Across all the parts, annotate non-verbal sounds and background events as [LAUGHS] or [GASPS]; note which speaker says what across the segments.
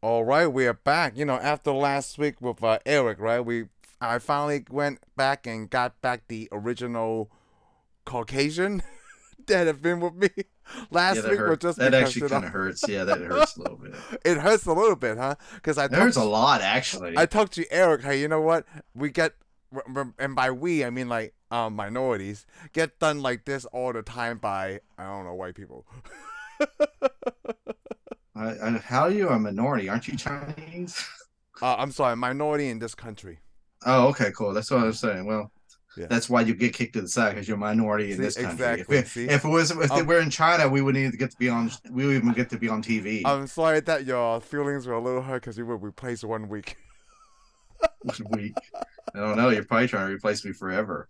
Speaker 1: All right, we are back. You know, after last week with uh, Eric, right? We I finally went back and got back the original Caucasian [LAUGHS] that had been with me [LAUGHS] last
Speaker 2: yeah, that
Speaker 1: week. was
Speaker 2: hurt.
Speaker 1: just
Speaker 2: That
Speaker 1: because,
Speaker 2: actually
Speaker 1: you know,
Speaker 2: kind of hurts. Yeah, that hurts a
Speaker 1: [LAUGHS]
Speaker 2: little bit.
Speaker 1: It hurts a little bit, huh? Because I
Speaker 2: That hurts a
Speaker 1: talked-
Speaker 2: lot, actually.
Speaker 1: I talked to Eric. Hey, you know what? We get, r- r- and by we I mean like um, minorities get done like this all the time by I don't know white people.
Speaker 2: I, I, how are you a minority? Aren't you Chinese?
Speaker 1: Uh, I'm sorry, minority in this
Speaker 2: [LAUGHS]
Speaker 1: country.
Speaker 2: Oh, okay, cool. That's what I'm saying. Well,
Speaker 1: Yeah.
Speaker 2: that's why you get kicked to the side because you're a minority in
Speaker 1: See,
Speaker 2: this country.
Speaker 1: exactly,
Speaker 2: If,
Speaker 1: see?
Speaker 2: we, if it was, if
Speaker 1: Um,
Speaker 2: we're in China, we wouldn't even get to be on. We would even get to be on
Speaker 1: [LAUGHS]
Speaker 2: TV. [LAUGHS]
Speaker 1: I'm sorry that your feelings were a little hurt because you were replaced one week.
Speaker 2: week. I don't know. You're probably trying to replace me forever.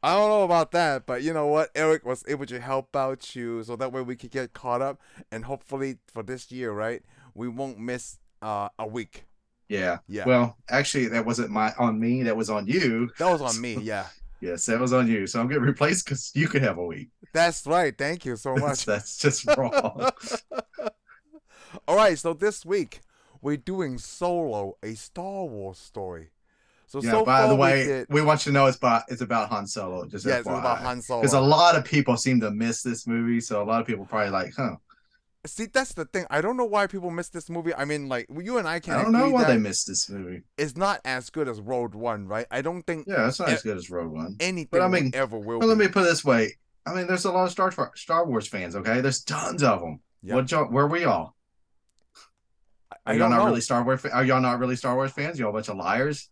Speaker 1: I don't know about that, but you know what? Eric was able to help out you so that way we could get caught up and hopefully for this year, right? We won't miss uh, a week.
Speaker 2: Yeah.
Speaker 1: Yeah.
Speaker 2: Well, actually, that wasn't my on me. That was on you.
Speaker 1: that was on me,
Speaker 2: [LAUGHS]
Speaker 1: yeah.
Speaker 2: Yes, that was on you. So I'm getting replaced because you could have a week.
Speaker 1: That's right. Thank you so
Speaker 2: [LAUGHS]
Speaker 1: much.
Speaker 2: That's, that's just wrong.
Speaker 1: All right, so this week we're doing solo a Star Wars story. So
Speaker 2: yeah.
Speaker 1: so
Speaker 2: by
Speaker 1: far
Speaker 2: the
Speaker 1: we
Speaker 2: way,
Speaker 1: did,
Speaker 2: we, want you to know it's about it's about Han Solo. Just
Speaker 1: yeah, it's about Han Solo.
Speaker 2: Because a lot of people seem to miss this movie, so a lot of people probably like, huh?
Speaker 1: See, that's the thing. I don't know why people miss this movie. I mean, like you and I can
Speaker 2: I don't
Speaker 1: agree
Speaker 2: know why
Speaker 1: that
Speaker 2: they missed this movie.
Speaker 1: it's not as good as Road One, right? I don't think
Speaker 2: Yeah, it's not
Speaker 1: Yeah.
Speaker 2: as good as Road One.
Speaker 1: anything
Speaker 2: But I
Speaker 1: will
Speaker 2: mean-
Speaker 1: ever will.
Speaker 2: Well, let
Speaker 1: be.
Speaker 2: me put it this way. I mean, there's a lot of Star Tra- Star Wars fans. Okay, there's tons of them.
Speaker 1: Yeah.
Speaker 2: What y'all? Where we all? Are
Speaker 1: I
Speaker 2: y'all
Speaker 1: don't
Speaker 2: not
Speaker 1: know.
Speaker 2: really Star Wars? Fa- are y'all not really Star Wars fans? Y'all a bunch of liars.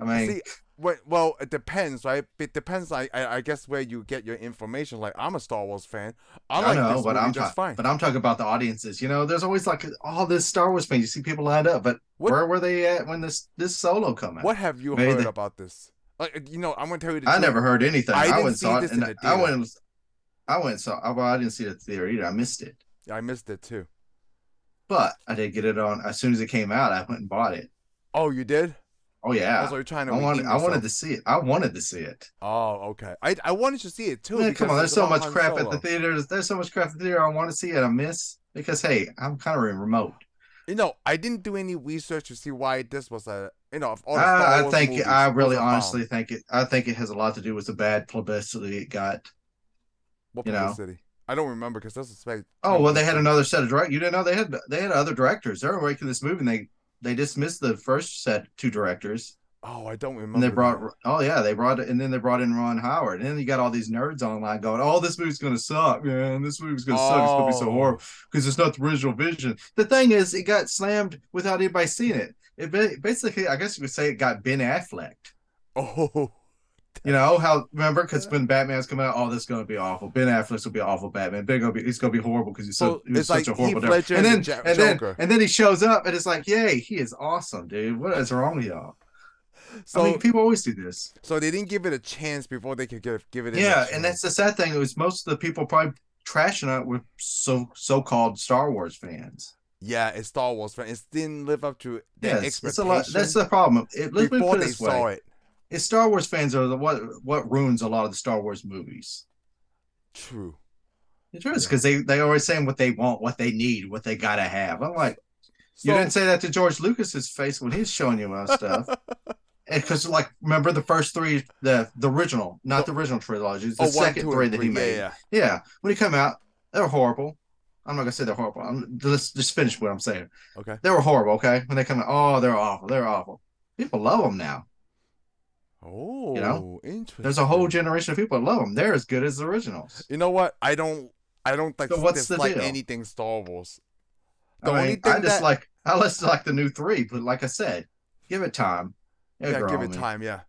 Speaker 2: I mean,
Speaker 1: See, Well, well, it depends, right? It depends. I, I, I guess where you get your information. Like, I'm a Star Wars fan. I
Speaker 2: I
Speaker 1: like
Speaker 2: know,
Speaker 1: this
Speaker 2: but
Speaker 1: movie
Speaker 2: I'm
Speaker 1: just
Speaker 2: ta-
Speaker 1: fine.
Speaker 2: but I'm talking about the audiences. You know, there's always like all this Star Wars fans. You see people lined up, but
Speaker 1: What-
Speaker 2: where were they at when this this solo come out?
Speaker 1: What have you
Speaker 2: Maybe
Speaker 1: heard
Speaker 2: they-
Speaker 1: about this? Like, you know, I'm gonna tell you. The
Speaker 2: I
Speaker 1: truth.
Speaker 2: never heard anything.
Speaker 1: I
Speaker 2: I,
Speaker 1: didn't
Speaker 2: went and
Speaker 1: see
Speaker 2: saw
Speaker 1: this
Speaker 2: it, and
Speaker 1: in the
Speaker 2: I went. and- I went and saw. I- Well, I didn't see it at the theater either. I missed it,
Speaker 1: I missed it too.
Speaker 2: but I did get it on as soon as it came out. I went and bought it.
Speaker 1: Oh, you did?
Speaker 2: Oh yeah,
Speaker 1: Also, you're trying to.
Speaker 2: I wanted.
Speaker 1: redeem
Speaker 2: I
Speaker 1: yourself.
Speaker 2: wanted to see it. I wanted to see it.
Speaker 1: Oh, okay. I I wanted to see it too.
Speaker 2: Man,
Speaker 1: because
Speaker 2: come on, there's
Speaker 1: it's
Speaker 2: so
Speaker 1: about
Speaker 2: much
Speaker 1: Han
Speaker 2: crap at
Speaker 1: Solo.
Speaker 2: the theaters. There's so much crap at the theater. I want to see it. I miss because hey, I'm kind of remote.
Speaker 1: You know, I didn't do any research to see why this was a. You know, of all the Star
Speaker 2: I, I
Speaker 1: Wars
Speaker 2: think
Speaker 1: movies,
Speaker 2: I
Speaker 1: it was
Speaker 2: really
Speaker 1: a bomb.
Speaker 2: honestly think it. I think it has a lot to do with the bad publicity it got.
Speaker 1: What
Speaker 2: you know.
Speaker 1: publicity? I don't remember because that's a spec.
Speaker 2: Oh well, they had another set of direct. You didn't know they had they had other directors. They were making this movie and they they dismissed the first set two directors
Speaker 1: Oh, I don't remember.
Speaker 2: and they
Speaker 1: that.
Speaker 2: brought oh yeah they brought and then they brought in Ron Howard and then you got all these nerds online going oh this movie's gonna suck man this movie's gonna suck it's gonna be so
Speaker 1: Oh.
Speaker 2: horrible because it's not the original vision. The thing is, it got slammed without anybody seeing it. It ba- basically, I guess you could say, it got Ben Affleck.
Speaker 1: Oh, [LAUGHS]
Speaker 2: You know how remember because when Batman's coming out, oh, this is gonna be awful. Ben Affleck will be an awful Batman. Ben gonna be it's gonna be horrible because he's so
Speaker 1: Well,
Speaker 2: he's
Speaker 1: it's like
Speaker 2: such a horrible
Speaker 1: Heath
Speaker 2: dude.
Speaker 1: Ledger
Speaker 2: And then
Speaker 1: and the Jo-
Speaker 2: and then
Speaker 1: Joker.
Speaker 2: and then he shows up and it's like, yay, he is awesome, dude. What is wrong with y'all?
Speaker 1: so
Speaker 2: I mean, people always do this.
Speaker 1: so they didn't give it a chance before they could give give it. a
Speaker 2: Yeah, and
Speaker 1: chance.
Speaker 2: that's the sad thing. It was most of the people probably trashing it were so so called Star Wars fans.
Speaker 1: yeah, it's Star Wars, fan. It didn't live up to their
Speaker 2: Yes, it's a
Speaker 1: expectation.
Speaker 2: lot. That's the problem. It, let me
Speaker 1: before
Speaker 2: put it
Speaker 1: they
Speaker 2: this way.
Speaker 1: saw it.
Speaker 2: It's Star Wars fans are the what what ruins a lot of the Star Wars movies.
Speaker 1: True.
Speaker 2: It is because they they always saying what they want, what they need, what they gotta have. I'm like,
Speaker 1: So,
Speaker 2: you didn't say that to George Lucas's face when he's showing you
Speaker 1: [LAUGHS]
Speaker 2: my stuff. Because like, remember the first three, the the original, not the original trilogy, it's the
Speaker 1: oh, one,
Speaker 2: second
Speaker 1: two, and
Speaker 2: three that he
Speaker 1: three.
Speaker 2: made.
Speaker 1: Yeah, yeah.
Speaker 2: Yeah, when they come out, they're horrible. I'm not gonna say they're horrible. I'm, let's just finish what I'm saying.
Speaker 1: Okay.
Speaker 2: They were horrible. Okay, when they come out, oh, they're awful. They're awful. People love them now.
Speaker 1: Oh,
Speaker 2: know,
Speaker 1: interesting.
Speaker 2: There's a whole generation of people that love them. They're as good as the originals.
Speaker 1: You know what? I don't. I don't like
Speaker 2: So what's the
Speaker 1: dislike
Speaker 2: deal?
Speaker 1: anything Star Wars. The
Speaker 2: I mean,
Speaker 1: only
Speaker 2: I
Speaker 1: thing
Speaker 2: just
Speaker 1: that-
Speaker 2: like I just like the new three, but like I said, give it time. It'll
Speaker 1: yeah,
Speaker 2: grow
Speaker 1: give
Speaker 2: on
Speaker 1: it
Speaker 2: me.
Speaker 1: time. Yeah.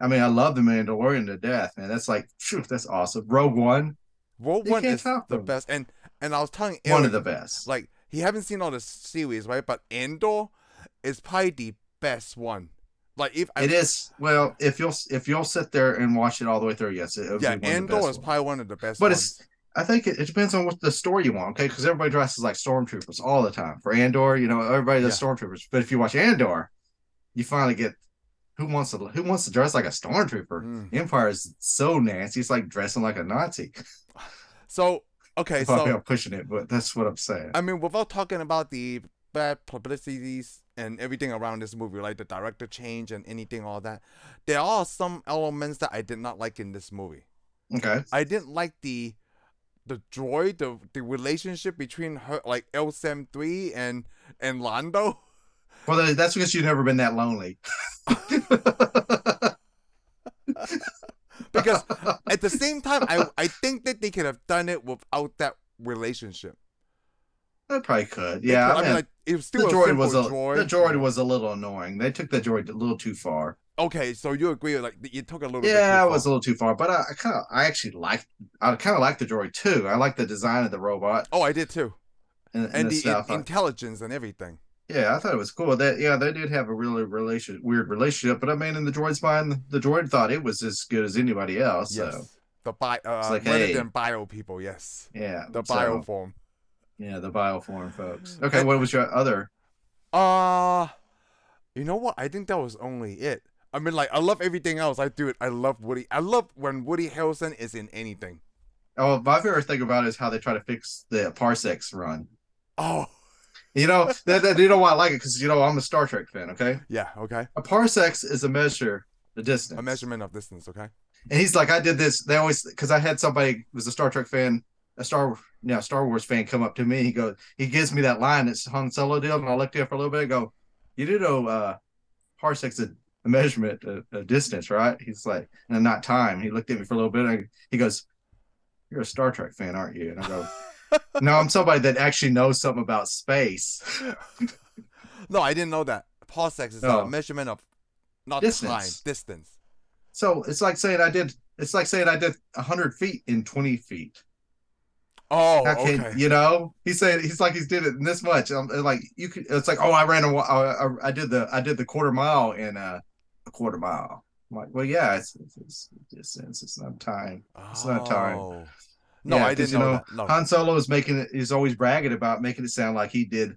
Speaker 2: I mean, I love the Mandalorian to death, man. That's like, phew, that's awesome. Rogue One,
Speaker 1: Rogue
Speaker 2: You
Speaker 1: One
Speaker 2: can't
Speaker 1: is
Speaker 2: top
Speaker 1: the
Speaker 2: them.
Speaker 1: best, and and I was telling Eric,
Speaker 2: one of the best.
Speaker 1: like he haven't seen all the series, right? But Andor is probably the best one. Like if I,
Speaker 2: it is well, if you'll if you'll sit there and watch it all the way through, yes, it would
Speaker 1: yeah,
Speaker 2: be one of the
Speaker 1: Andor
Speaker 2: best
Speaker 1: is
Speaker 2: ones.
Speaker 1: probably one of the best.
Speaker 2: But
Speaker 1: ones.
Speaker 2: it's, I think it, it depends on what the story you want, okay? Because everybody dresses like stormtroopers all the time. For Andor, you know, everybody does stormtroopers. But if you watch Andor, you finally get who wants to who wants to dress like a stormtrooper.
Speaker 1: Mm.
Speaker 2: Empire is so nasty. It's like dressing like a Nazi.
Speaker 1: so okay.
Speaker 2: Probably
Speaker 1: So [LAUGHS] Oh,
Speaker 2: I'm pushing it, but that's what I'm saying.
Speaker 1: I mean, without talking about the bad publicities and everything around this movie, like the director change and anything, all that. There are some elements that I did not like in this movie.
Speaker 2: Okay.
Speaker 1: I didn't like the the droid, the the relationship between her, like L Sam three and and Lando. [LAUGHS]
Speaker 2: Well, that- that's because you've never been that lonely. [LAUGHS]
Speaker 1: [LAUGHS] Because At the same time, I I think that they could have done it without that relationship.
Speaker 2: I probably could.
Speaker 1: They
Speaker 2: Yeah.
Speaker 1: could-
Speaker 2: I
Speaker 1: I mean,
Speaker 2: mean,
Speaker 1: like it was
Speaker 2: the
Speaker 1: still a
Speaker 2: droid
Speaker 1: simple
Speaker 2: was a
Speaker 1: droid.
Speaker 2: the droid was a little annoying. They took the droid a little too far.
Speaker 1: okay. So you agree? Like you took a little. bit
Speaker 2: Yeah,
Speaker 1: too
Speaker 2: it was a
Speaker 1: far.
Speaker 2: little too far, but I, I kind of I actually liked I kind of liked the droid too. I like the design of the robot
Speaker 1: Oh, I did too,
Speaker 2: and, and,
Speaker 1: and
Speaker 2: the
Speaker 1: the
Speaker 2: stuff.
Speaker 1: in-
Speaker 2: I-
Speaker 1: intelligence and everything.
Speaker 2: yeah, I thought it was cool. That yeah, they did have a really relation weird relationship, but I mean, in the droid's mind, the droid thought it was as good as anybody else. So
Speaker 1: Yes, the bio, uh,
Speaker 2: like,
Speaker 1: rather
Speaker 2: hey.
Speaker 1: than bio people. Yes,
Speaker 2: yeah,
Speaker 1: the
Speaker 2: so,
Speaker 1: bio form.
Speaker 2: yeah, the bioform folks. Okay, what was your other?
Speaker 1: Uh you know what? I think that was only it. I mean, like I love everything else. I do it. I love Woody. I love when Woody Harrelson is in anything. [LAUGHS]
Speaker 2: Oh, my favorite thing about it is how they try to fix the parsecs run.
Speaker 1: Oh
Speaker 2: You know [LAUGHS] that, that you know why I like it because you know I'm a Star Trek fan. Okay,
Speaker 1: yeah. Okay.
Speaker 2: a parsecs is a measure, the distance.
Speaker 1: A measurement of distance. Okay.
Speaker 2: And he's like, I did this. They always because I had somebody who was a Star Trek fan, a Star now Star Wars fan come up to me. He goes, he gives me that line. It's Han Solo deal, and I looked at it for a little bit. and go, you do know uh, parsecs a, a measurement of, of distance, right? He's like, no, not time. He looked at me for a little bit. And I, he goes, you're a Star Trek fan, aren't you? And I
Speaker 1: [LAUGHS]
Speaker 2: go, no, I'm somebody that actually knows something about space.
Speaker 1: No, I didn't know that. Parsecs is
Speaker 2: No.
Speaker 1: a measurement of not time,
Speaker 2: Oh. Distance.
Speaker 1: distance.
Speaker 2: So it's like saying I did. It's like saying I did 100 feet in 20 feet.
Speaker 1: Oh,
Speaker 2: How can
Speaker 1: okay.
Speaker 2: you know? He said he's like he's did it in this much. Um, and, like you could. It's like oh, I ran a. wa- I, I- I did the. I did the quarter mile in a, a quarter mile. I'm like, well, yeah, it's, it's, it's distance. It's not time. It's not time.
Speaker 1: Oh. No,
Speaker 2: Yeah,
Speaker 1: I
Speaker 2: 'cause,
Speaker 1: didn't
Speaker 2: you
Speaker 1: know,
Speaker 2: know,
Speaker 1: that. No.
Speaker 2: Han Solo is making it. He's always bragging about making it sound like he did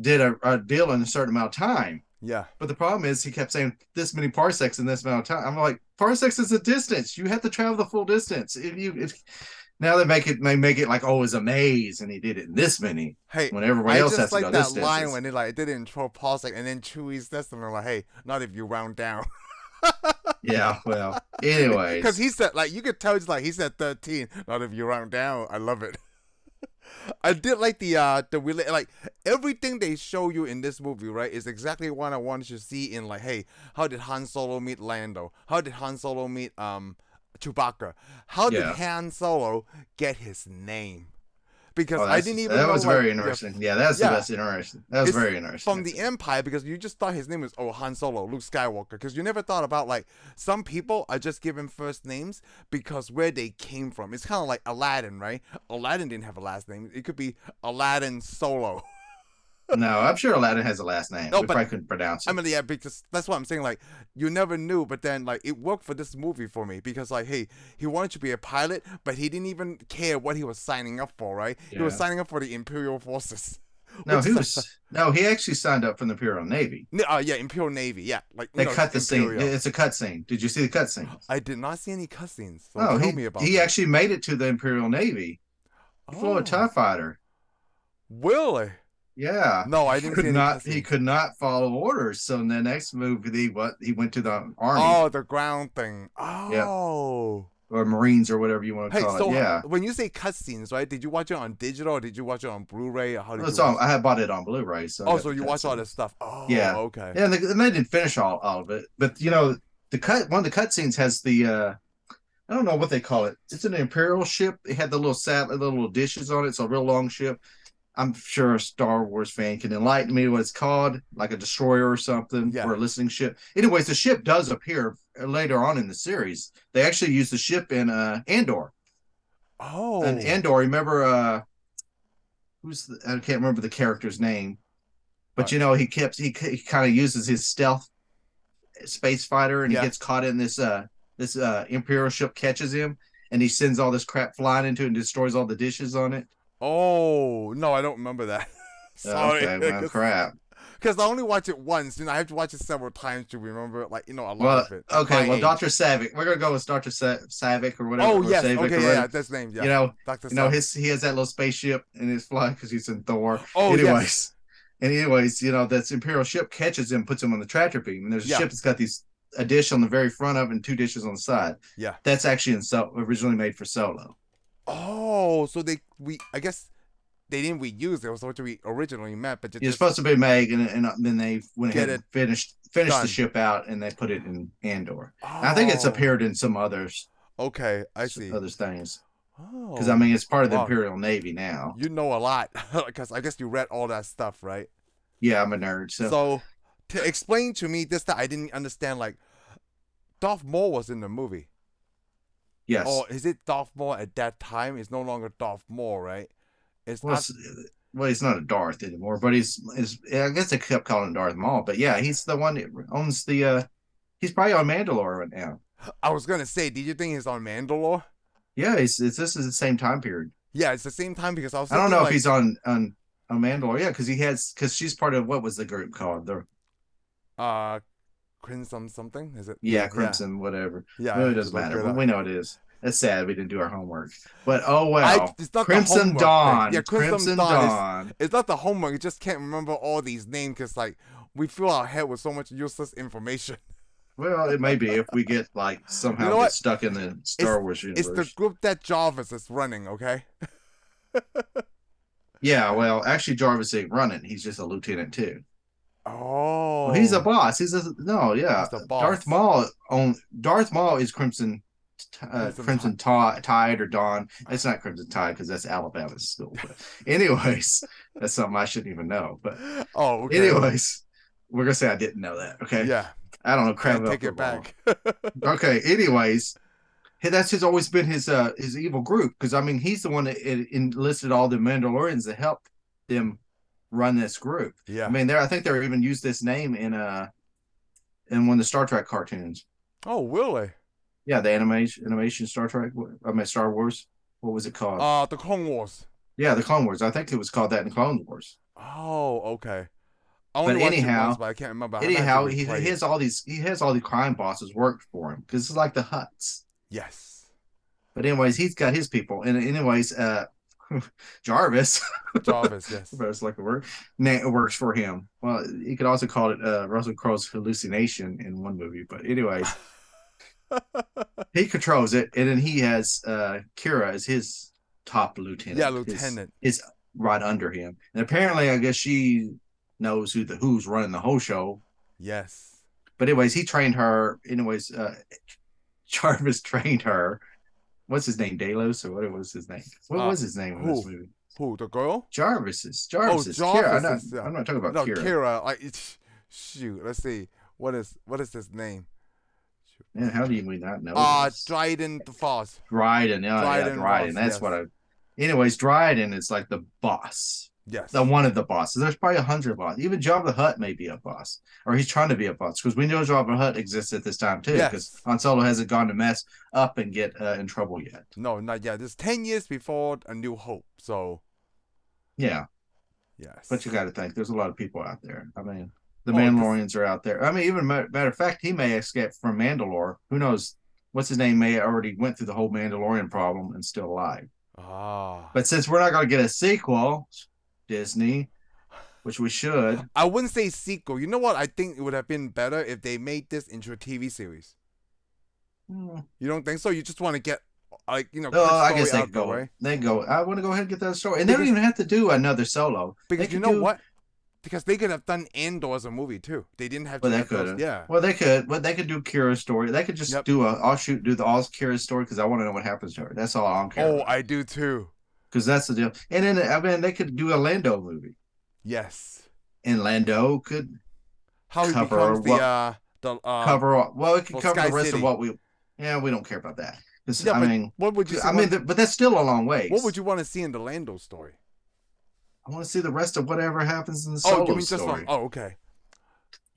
Speaker 2: did a, a deal in a certain amount of time.
Speaker 1: yeah.
Speaker 2: But the problem is he kept saying this many parsecs in this amount of time. I'm like, parsecs is a distance. You have to travel the full distance. If you if now they make it they make it like oh it's a maze and he did it in this many
Speaker 1: Hey,
Speaker 2: when everybody
Speaker 1: I
Speaker 2: else
Speaker 1: just
Speaker 2: has to
Speaker 1: like
Speaker 2: go
Speaker 1: that
Speaker 2: this
Speaker 1: line
Speaker 2: distance.
Speaker 1: when they like they didn't throw parsec and then Chewie's this and they're like, hey, not if you round down.
Speaker 2: [LAUGHS] yeah,
Speaker 1: [LAUGHS]
Speaker 2: well
Speaker 1: Because
Speaker 2: anyways.
Speaker 1: he said, like, you could tell he's like, he said 13. Not if you round down. I love it. [LAUGHS] I did like the, uh, the, rela- like, everything they show you in this movie, right, is exactly what I wanted to see in, like, hey, how did Han Solo meet Lando? How did Han Solo meet, um, Chewbacca? How did
Speaker 2: Yeah.
Speaker 1: Han Solo get his name? Because
Speaker 2: Oh,
Speaker 1: I
Speaker 2: that's-
Speaker 1: didn't even
Speaker 2: that
Speaker 1: know,
Speaker 2: was
Speaker 1: like,
Speaker 2: very
Speaker 1: the-
Speaker 2: interesting. Yeah, that's
Speaker 1: Yeah.
Speaker 2: the best interesting. That was
Speaker 1: It's
Speaker 2: very interesting.
Speaker 1: from the Empire because you just thought his name was oh Han Solo, Luke Skywalker. Because you never thought about like some people are just given first names because where they came from. It's kind of like Aladdin, right? Aladdin didn't have a last name. It could be Aladdin Solo.
Speaker 2: [LAUGHS]
Speaker 1: [LAUGHS]
Speaker 2: no, I'm sure Aladdin has a last name.
Speaker 1: No,
Speaker 2: we
Speaker 1: but-
Speaker 2: probably couldn't pronounce it.
Speaker 1: I mean, yeah, because that's what I'm saying. Like, you never knew, but then like it worked for this movie for me because like, hey, he wanted to be a pilot, but he didn't even care what he was signing up for, right? He was
Speaker 2: Yeah.
Speaker 1: signing up for the Imperial Forces.
Speaker 2: no,
Speaker 1: which
Speaker 2: he
Speaker 1: is- [LAUGHS]
Speaker 2: was no, he actually signed up for the Imperial Navy.
Speaker 1: No, uh, yeah, Imperial Navy. Yeah, like you
Speaker 2: They
Speaker 1: know,
Speaker 2: cut the
Speaker 1: Imperial.
Speaker 2: scene. It's a cut scene. Did you see the cut scene?
Speaker 1: I did not see any cussings. So
Speaker 2: no,
Speaker 1: tell
Speaker 2: Oh, he,
Speaker 1: me about
Speaker 2: he
Speaker 1: that.
Speaker 2: actually made it to the Imperial Navy. He flew
Speaker 1: Oh,
Speaker 2: a TIE fighter.
Speaker 1: Really?
Speaker 2: Yeah.
Speaker 1: No, I didn't see
Speaker 2: Could
Speaker 1: any
Speaker 2: not
Speaker 1: cussing.
Speaker 2: he could not follow orders. So in the next movie he what he went to the army
Speaker 1: Oh, the ground thing. Oh.
Speaker 2: or Marines or whatever you want to
Speaker 1: Hey,
Speaker 2: call
Speaker 1: so
Speaker 2: it. Yeah.
Speaker 1: when you say cutscenes, right? Did you watch it on digital? Or did you watch it on Blu-ray? Or how did
Speaker 2: Well, it's
Speaker 1: you?
Speaker 2: on-
Speaker 1: Watch
Speaker 2: I had bought it on Blu-ray. So
Speaker 1: it?
Speaker 2: I
Speaker 1: Oh,
Speaker 2: got
Speaker 1: so
Speaker 2: the
Speaker 1: you
Speaker 2: cut
Speaker 1: watch all
Speaker 2: scene.
Speaker 1: this stuff. Oh,
Speaker 2: Yeah.
Speaker 1: Okay.
Speaker 2: Yeah, and they, and they didn't finish all, all of it. But you know, the cut one of the cut scenes has the uh I don't know what they call it. It's an Imperial ship. It had the little sat the little dishes on it. It's a real long ship. I'm sure a Star Wars fan can enlighten me what it's called, like a destroyer or something,
Speaker 1: Yeah.
Speaker 2: or a listening ship. Anyways, the ship does appear later on in the series. They actually use the ship in uh Andor.
Speaker 1: Oh.
Speaker 2: And Andor, remember uh who's the, I can't remember the character's name. But
Speaker 1: Right.
Speaker 2: you know, he kept he, k- he kind of uses his stealth space fighter and
Speaker 1: Yeah.
Speaker 2: he gets caught in this uh this uh imperial ship catches him and he sends all this crap flying into it and destroys all the dishes on it.
Speaker 1: oh no, I don't remember that. [LAUGHS] Sorry.
Speaker 2: Oh,
Speaker 1: [LAUGHS]
Speaker 2: Okay, well, crap.
Speaker 1: Because I only watch it once. You know, I have to watch it several times to remember, like you know, a lot
Speaker 2: Well,
Speaker 1: of it.
Speaker 2: okay,
Speaker 1: My
Speaker 2: well,
Speaker 1: age.
Speaker 2: Doctor Savick, we're gonna go with Doctor Sa- Savick or whatever.
Speaker 1: Oh
Speaker 2: or
Speaker 1: yes.
Speaker 2: Savick or
Speaker 1: Okay. Yeah,
Speaker 2: whatever.
Speaker 1: yeah. That's name. Yeah.
Speaker 2: You know,
Speaker 1: Doctor.
Speaker 2: you know, his he has that little spaceship and it's flying because he's in Thor.
Speaker 1: Oh yes.
Speaker 2: Anyways, And anyways, you know, this Imperial ship catches him, puts him on the tractor beam, and there's a
Speaker 1: Yeah.
Speaker 2: ship that's got these a dish on the very front of it and two dishes on the side.
Speaker 1: Yeah.
Speaker 2: That's actually in so originally made for solo.
Speaker 1: Oh, so they we I guess they didn't reuse it. It was what we originally meant, but they
Speaker 2: It's
Speaker 1: just
Speaker 2: supposed to be Meg, and, and then they went
Speaker 1: Get
Speaker 2: ahead and finished finished
Speaker 1: done.
Speaker 2: the ship out, and they put it in Andor. And I think it's
Speaker 1: Oh,
Speaker 2: appeared in some others
Speaker 1: Okay, I see.
Speaker 2: other things
Speaker 1: Oh,
Speaker 2: because I mean it's part of the
Speaker 1: wow.
Speaker 2: Imperial Navy now.
Speaker 1: you know a lot [LAUGHS] because I guess you read all that stuff, right?
Speaker 2: Yeah, I'm a nerd, so,
Speaker 1: So, to explain to me this that I didn't understand, like Darth Maul was in the movie.
Speaker 2: yes.
Speaker 1: Or is it Darth Maul at that time? It's no longer Darth Maul, right? It's
Speaker 2: Well,
Speaker 1: not
Speaker 2: it's, well, he's not a Darth anymore, but he's, he's I guess they kept calling him Darth Maul, but yeah, he's the one that owns the. uh He's probably on Mandalore right now.
Speaker 1: I was gonna say, did you think he's on Mandalore?
Speaker 2: Yeah, he's, it's this is the same time period.
Speaker 1: Yeah, it's the same time because I was.
Speaker 2: I don't
Speaker 1: thinking,
Speaker 2: know
Speaker 1: like-
Speaker 2: if he's on on on Mandalore. Yeah, because he has because she's part of what was the group called the
Speaker 1: uh Crimson something. Is it?
Speaker 2: yeah Crimson whatever.
Speaker 1: Yeah,
Speaker 2: It really doesn't
Speaker 1: look
Speaker 2: matter,
Speaker 1: it
Speaker 2: but
Speaker 1: up.
Speaker 2: we know it is. It's sad we didn't do our homework, but oh well.
Speaker 1: I, it's not the
Speaker 2: Crimson
Speaker 1: homework thing.
Speaker 2: Dawn.
Speaker 1: Yeah, Crimson, Dawn. is-
Speaker 2: Dawn.
Speaker 1: It's, not the homework. You just can't remember all these names because like we fill our head with so much useless information.
Speaker 2: Well, it may be if we get like somehow
Speaker 1: know what?
Speaker 2: get stuck in the Star Wars universe.
Speaker 1: It's the group that Jarvis is running. Okay.
Speaker 2: Yeah, well, actually, Jarvis ain't running. He's just a lieutenant too.
Speaker 1: Oh.
Speaker 2: Well, he's a boss. He's a no, yeah.
Speaker 1: He's the boss.
Speaker 2: Darth Maul on Darth Maul is Crimson, T- uh,
Speaker 1: Crimson
Speaker 2: Crimson Ti- Tide or Dawn. It's not Crimson Tide because that's Alabama's school. But [LAUGHS] anyways, that's something I shouldn't even know. But
Speaker 1: Oh. Okay.
Speaker 2: anyways, we're gonna say I didn't know that. Okay,
Speaker 1: Yeah.
Speaker 2: [LAUGHS] I don't know
Speaker 1: I
Speaker 2: crap. about
Speaker 1: take it
Speaker 2: football.
Speaker 1: back. [LAUGHS]
Speaker 2: okay anyways hey, that's his always been his uh his evil group because i mean he's the one that en- enlisted all the mandalorians to help them run this group
Speaker 1: yeah.
Speaker 2: [LAUGHS] i mean there i think they even used this name in uh in one of the star trek cartoons
Speaker 1: oh, really?
Speaker 2: yeah the animation animation star trek wh- i mean star wars what was it called
Speaker 1: Uh, the Clone Wars.
Speaker 2: yeah the clone wars i think it was called that in clone wars
Speaker 1: Oh, okay. I only watched it
Speaker 2: anyhow-
Speaker 1: once, but I can't remember. I'd have to
Speaker 2: anyhow he, he
Speaker 1: replay it.
Speaker 2: has all these he has all the crime bosses work for him because it's like the huts
Speaker 1: yes.
Speaker 2: but anyways he's got his people and anyways uh [LAUGHS] jarvis
Speaker 1: Jarvis, yes.
Speaker 2: [LAUGHS] But it's like a word. Now it works for him. Well, you could also call it uh, Russell Crowe's hallucination in one movie.
Speaker 1: [LAUGHS]
Speaker 2: But anyways, he controls it, and then he has uh, Kira as his top lieutenant.
Speaker 1: yeah,
Speaker 2: his-
Speaker 1: Lieutenant.
Speaker 2: right under him. And apparently, I guess she knows who the who's running the whole show.
Speaker 1: Yes.
Speaker 2: But anyways, he trained her. Anyways, uh, [LAUGHS] Jarvis trained her. What's his name? Delos or what was his name? What
Speaker 1: Uh,
Speaker 2: was his name in
Speaker 1: who?
Speaker 2: this
Speaker 1: Oh,
Speaker 2: movie?
Speaker 1: Who? The girl?
Speaker 2: Jarvis's. Jarvis's. Kira. I'm not,
Speaker 1: Jarvis's, yeah.
Speaker 2: I'm not talking about
Speaker 1: uh, No,
Speaker 2: Kira.
Speaker 1: Kira. Like, it's, shoot. Let's see. What is what is his name?
Speaker 2: Man, how do you- we not know?
Speaker 1: Uh,
Speaker 2: this?
Speaker 1: Dryden the Foss.
Speaker 2: Dryden. Oh, Yeah, Dryden.
Speaker 1: Dryden
Speaker 2: Yeah, Dryden.
Speaker 1: Ross,
Speaker 2: That's
Speaker 1: yes.
Speaker 2: what I. Anyways, Dryden is like the boss,
Speaker 1: Yes.
Speaker 2: the one of the bosses. There's probably a hundred bosses. Even Jabba the Hutt may be a boss, or he's trying to be a boss because we know Jabba the Hutt exists at this time too.
Speaker 1: Yes.
Speaker 2: Because Han Solo hasn't gone to mess up and get uh, in trouble yet.
Speaker 1: No, not yet. This is ten years before A New Hope. So
Speaker 2: Yeah,
Speaker 1: yes.
Speaker 2: but you got to think there's a lot of people out there. I mean, the
Speaker 1: Oh, this-
Speaker 2: Mandalorians are out there. I mean, even ma- matter of fact, he may escape from Mandalore. Who knows? What's his name? May already went through the whole Mandalorian problem and still alive.
Speaker 1: ah.
Speaker 2: But since we're not going to get a sequel, Disney, which we should,
Speaker 1: I wouldn't say sequel. You know what? I think it would have been better if they made this into a TV series.
Speaker 2: no,
Speaker 1: You don't think so? You just want to get like you know. quick
Speaker 2: uh, I
Speaker 1: story
Speaker 2: guess they
Speaker 1: out
Speaker 2: can
Speaker 1: the
Speaker 2: go.
Speaker 1: way.
Speaker 2: They can go. I want to go ahead and get that story, and they don't
Speaker 1: Because-
Speaker 2: even have to do another solo.
Speaker 1: Because you
Speaker 2: could
Speaker 1: know
Speaker 2: do-
Speaker 1: what? Because they could have done Andor as a movie too. They didn't have to.
Speaker 2: Well, they
Speaker 1: have those-
Speaker 2: could've.
Speaker 1: Yeah.
Speaker 2: Well, they could, but they could do Kira's story. They could just
Speaker 1: Yep.
Speaker 2: do a offshoot, do the all Kira's story because I want to know what happens to her. That's all I don't care.
Speaker 1: Oh, I do too.
Speaker 2: because that's the deal. And then I mean, they could do a Lando movie,
Speaker 1: Yes.
Speaker 2: and Lando could
Speaker 1: How he
Speaker 2: Cover
Speaker 1: becomes the
Speaker 2: what-
Speaker 1: uh the uh.
Speaker 2: cover all. Well, it could
Speaker 1: well,
Speaker 2: cover
Speaker 1: Sky
Speaker 2: the rest
Speaker 1: City.
Speaker 2: of what we. Yeah, we don't care about that. 'Cause,
Speaker 1: Yeah,
Speaker 2: I
Speaker 1: but
Speaker 2: mean,
Speaker 1: What would you?
Speaker 2: I mean, th- but that's still a long way.
Speaker 1: what would you want to see in the Lando story?
Speaker 2: I want to see the rest of whatever happens in the
Speaker 1: Oh,
Speaker 2: solo
Speaker 1: you mean just one?
Speaker 2: story.
Speaker 1: Oh, okay.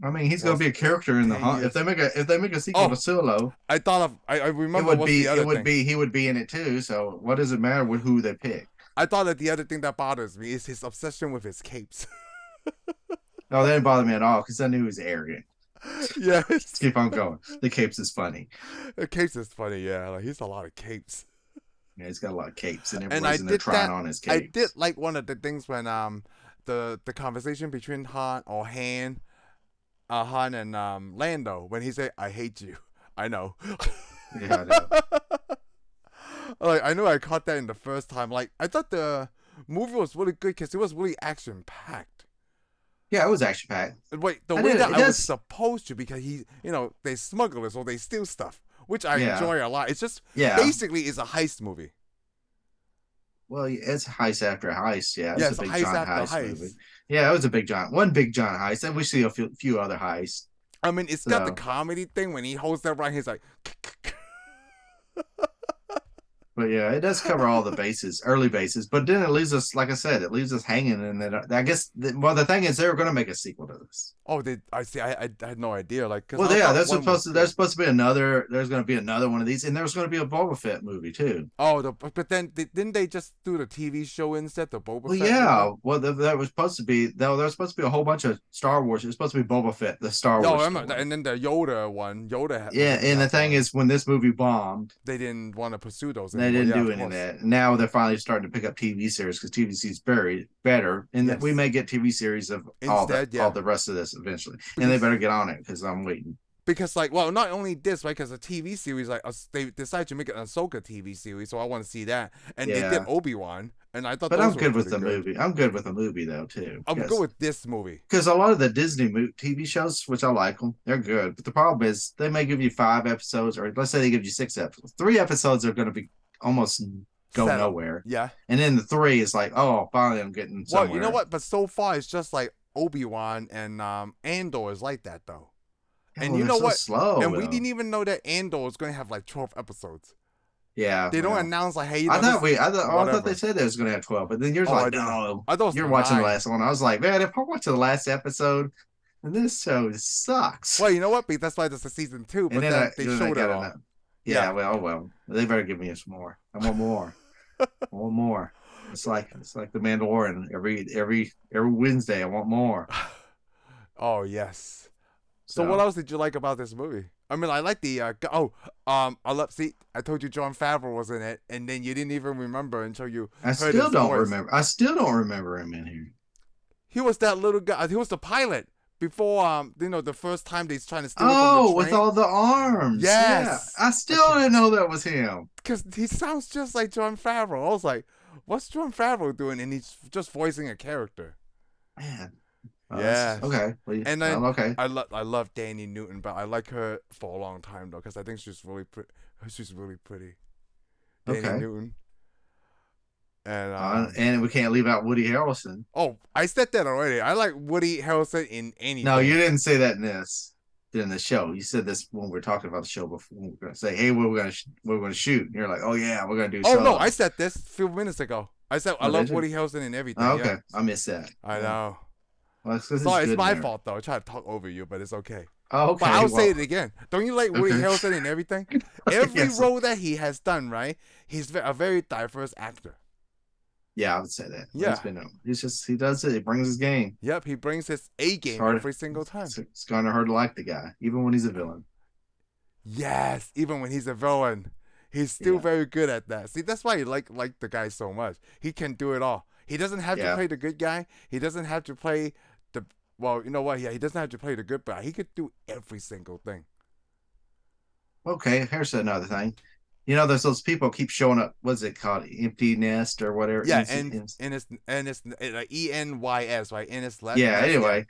Speaker 2: I mean, he's gonna be a character in the
Speaker 1: Ten
Speaker 2: hunt.
Speaker 1: years.
Speaker 2: If they make a if they make a sequel
Speaker 1: Oh,
Speaker 2: to Solo,
Speaker 1: I thought of. I, I
Speaker 2: it
Speaker 1: remember.
Speaker 2: would
Speaker 1: what's
Speaker 2: be
Speaker 1: the other
Speaker 2: it would
Speaker 1: thing.
Speaker 2: be he would be in it too. So what does it matter with who they pick?
Speaker 1: I thought that the other thing that bothers me is his obsession with his
Speaker 2: [LAUGHS]
Speaker 1: capes. [LAUGHS]
Speaker 2: No, that didn't bother me at all because I knew he was arrogant.
Speaker 1: yes.
Speaker 2: Keep
Speaker 1: [LAUGHS]
Speaker 2: on going. The capes is funny.
Speaker 1: The capes is funny, yeah. Like he's a lot of capes.
Speaker 2: Yeah, he's got a lot of capes and
Speaker 1: I
Speaker 2: everybody's in there
Speaker 1: did that-
Speaker 2: trying on his cape.
Speaker 1: I did like one of the things when um the the conversation between Han or Han, uh, Han and um Lando when he said, "I hate you." [LAUGHS] I know.
Speaker 2: [LAUGHS] Yeah, I know.
Speaker 1: [LAUGHS] like I know I caught that in the first time. Like I thought the movie was really good because it was really action packed.
Speaker 2: yeah, it was action packed.
Speaker 1: Wait, the
Speaker 2: I
Speaker 1: way
Speaker 2: did-
Speaker 1: that
Speaker 2: it
Speaker 1: I was
Speaker 2: does-
Speaker 1: supposed to because he, you know, they smuggle it or they steal stuff, which I
Speaker 2: Yeah.
Speaker 1: enjoy a lot. It's just
Speaker 2: Yeah.
Speaker 1: basically it's a heist movie.
Speaker 2: Well, yeah, it's heist after heist. Yeah,
Speaker 1: Yeah,
Speaker 2: it's
Speaker 1: it's
Speaker 2: a big
Speaker 1: heist
Speaker 2: John
Speaker 1: after
Speaker 2: heist,
Speaker 1: heist.
Speaker 2: movie. Yeah, it was a big John, one big John heist, and we see a few, few other heists.
Speaker 1: I mean, it's got the
Speaker 2: So-
Speaker 1: comedy thing when he holds that right. He's like, [LAUGHS]
Speaker 2: But yeah, it does cover all the bases, early bases. But then it leaves us, like I said, it leaves us hanging. And then I guess, the, well, the thing is, they were going to make a sequel to this.
Speaker 1: "Oh, they, I see. I, I, I had no idea." Like, 'cause
Speaker 2: Well,
Speaker 1: I
Speaker 2: yeah,
Speaker 1: thought
Speaker 2: there's
Speaker 1: one was
Speaker 2: supposed to
Speaker 1: good.
Speaker 2: there's supposed to be another. There's going to be another one of these, and there's going to be a Boba Fett movie too.
Speaker 1: Oh, the, but but then they, didn't they just do the TV show instead? The Boba
Speaker 2: Well,
Speaker 1: Fett
Speaker 2: yeah.
Speaker 1: movie?
Speaker 2: Well, th- that was supposed to be. Though there's supposed to be a whole bunch of Star Wars. It's supposed to be Boba Fett, the Star
Speaker 1: No,
Speaker 2: Wars.
Speaker 1: I'm not,
Speaker 2: story.
Speaker 1: and then the Yoda one, Yoda. had-
Speaker 2: yeah, and the thing is, when this movie bombed,
Speaker 1: they didn't want to pursue those.
Speaker 2: They
Speaker 1: anymore.
Speaker 2: didn't
Speaker 1: Yeah,
Speaker 2: do
Speaker 1: of
Speaker 2: any of
Speaker 1: course.
Speaker 2: that. Now they're finally starting to pick up TV series because TVC's buried better, and that we
Speaker 1: Yes.
Speaker 2: may get TV series of all the
Speaker 1: Instead, yeah.
Speaker 2: all the rest of this eventually. And they better get on it because I'm waiting.
Speaker 1: because like well not only this right because the tv series like us- they decided to make an ahsoka tv series so i want to see that and they
Speaker 2: Yeah.
Speaker 1: did obi-wan and i thought
Speaker 2: But
Speaker 1: Oh, those
Speaker 2: I'm
Speaker 1: were
Speaker 2: good with the
Speaker 1: pretty
Speaker 2: movie. I'm good with the movie though too.
Speaker 1: i'm good with this movie
Speaker 2: because a lot of the Disney mo- TV shows, which I like them, they're good. But the problem is they may give you five episodes, or let's say they give you six episodes. Three episodes are going to be almost go
Speaker 1: Set up.
Speaker 2: nowhere,
Speaker 1: yeah
Speaker 2: and then the three is like, oh, finally I'm getting somewhere.
Speaker 1: well you know what but so far it's just like obi-wan and um andor is like that though And
Speaker 2: Oh,
Speaker 1: you
Speaker 2: they're
Speaker 1: know
Speaker 2: so
Speaker 1: what?
Speaker 2: Slow.
Speaker 1: and we
Speaker 2: though.
Speaker 1: didn't even know that andor is going to have like 12 episodes
Speaker 2: Yeah.
Speaker 1: they don't
Speaker 2: Oh, well.
Speaker 1: announce like hey you know,
Speaker 2: I thought
Speaker 1: this-
Speaker 2: we, I thought, oh, I thought
Speaker 1: whatever.
Speaker 2: they said they was gonna have twelve, but then you're
Speaker 1: Oh, I
Speaker 2: like,
Speaker 1: didn't-
Speaker 2: no,
Speaker 1: I thought it was
Speaker 2: you're watching the
Speaker 1: nine.
Speaker 2: last one. I was like, man, if I watch the last episode, then this show sucks.
Speaker 1: well you know what because that's why there's a season two but
Speaker 2: and then
Speaker 1: then,
Speaker 2: I,
Speaker 1: they
Speaker 2: then I
Speaker 1: showed
Speaker 2: got
Speaker 1: it all
Speaker 2: enough. Yeah,
Speaker 1: Yeah.
Speaker 2: well, oh well, they better give me some more. I
Speaker 1: [LAUGHS]
Speaker 2: want more. I want more. It's like it's like the Mandalorian. Every every every Wednesday, I want more.
Speaker 1: oh yes So what else did you like about this movie? I mean, I like the uh, g- oh um I love see I told you John Favreau was in it, and then you didn't even remember until you
Speaker 2: I
Speaker 1: heard
Speaker 2: still
Speaker 1: his
Speaker 2: don't
Speaker 1: voice.
Speaker 2: remember. I still don't remember him in here.
Speaker 1: he was that little guy. He was the pilot before um you know the first time they trying to steal
Speaker 2: Oh,
Speaker 1: from the
Speaker 2: with all the arms.
Speaker 1: Yes.
Speaker 2: Yeah. I still didn't know that was him.
Speaker 1: because he sounds just like John Favreau. I was like, what's John Favreau doing? And he's just voicing a character.
Speaker 2: Man. Oh, that's-
Speaker 1: Yes.
Speaker 2: Okay. Well, you-
Speaker 1: And then-
Speaker 2: well, okay.
Speaker 1: I love I love Danny Newton, but I like her for a long time though because I think she's really pretty. She's really pretty. Danny
Speaker 2: Okay.
Speaker 1: Newton. And um,
Speaker 2: Uh, and we can't leave out Woody Harrelson.
Speaker 1: Oh, I said that already. I like Woody Harrelson in any.
Speaker 2: No, you didn't say that in this in the show. You said this when we were talking about the show before. We were gonna say, "Hey, what we're gonna sh- what we're gonna shoot." And you're like, "Oh yeah, we're gonna do."
Speaker 1: Oh no,
Speaker 2: solo."
Speaker 1: I said this a few minutes ago. I said I
Speaker 2: Oh,
Speaker 1: love
Speaker 2: did you?
Speaker 1: Woody Harrelson in everything.
Speaker 2: Oh, okay,
Speaker 1: yeah.
Speaker 2: I missed that.
Speaker 1: I
Speaker 2: Yeah.
Speaker 1: know.
Speaker 2: Well, it's 'cause it's
Speaker 1: Sorry, it's
Speaker 2: good
Speaker 1: my
Speaker 2: there.
Speaker 1: fault though. I try to talk over you, but it's okay.
Speaker 2: Oh, okay.
Speaker 1: but I'll
Speaker 2: well,
Speaker 1: say it again. Don't you like Woody
Speaker 2: Okay.
Speaker 1: Harrelson in
Speaker 2: [LAUGHS]
Speaker 1: everything? Every
Speaker 2: Yes.
Speaker 1: role that he has done, right? He's ve- a very diverse actor.
Speaker 2: Yeah, I would say that.
Speaker 1: Yeah.
Speaker 2: he's been. um, He's just he does it. He brings his game.
Speaker 1: Yep, he brings his A game
Speaker 2: hard-
Speaker 1: every single time.
Speaker 2: It's, it's gonna hurt to like the guy, even when he's a villain.
Speaker 1: Yes, even when he's a villain, he's still
Speaker 2: Yeah.
Speaker 1: very good at that. See, that's why you like like the guy so much. He can do it all. He doesn't have
Speaker 2: Yeah.
Speaker 1: to play the good guy. He doesn't have to play the well. You know what? Yeah, he doesn't have to play the good guy. He could do every single thing.
Speaker 2: Okay, here's another thing. You know, there's those people keep showing up. What's it called? Empty nest or whatever.
Speaker 1: Yeah,
Speaker 2: Empty-
Speaker 1: and
Speaker 2: empty-
Speaker 1: and it's and it's E N Y S right. And it's
Speaker 2: yeah. Anyway,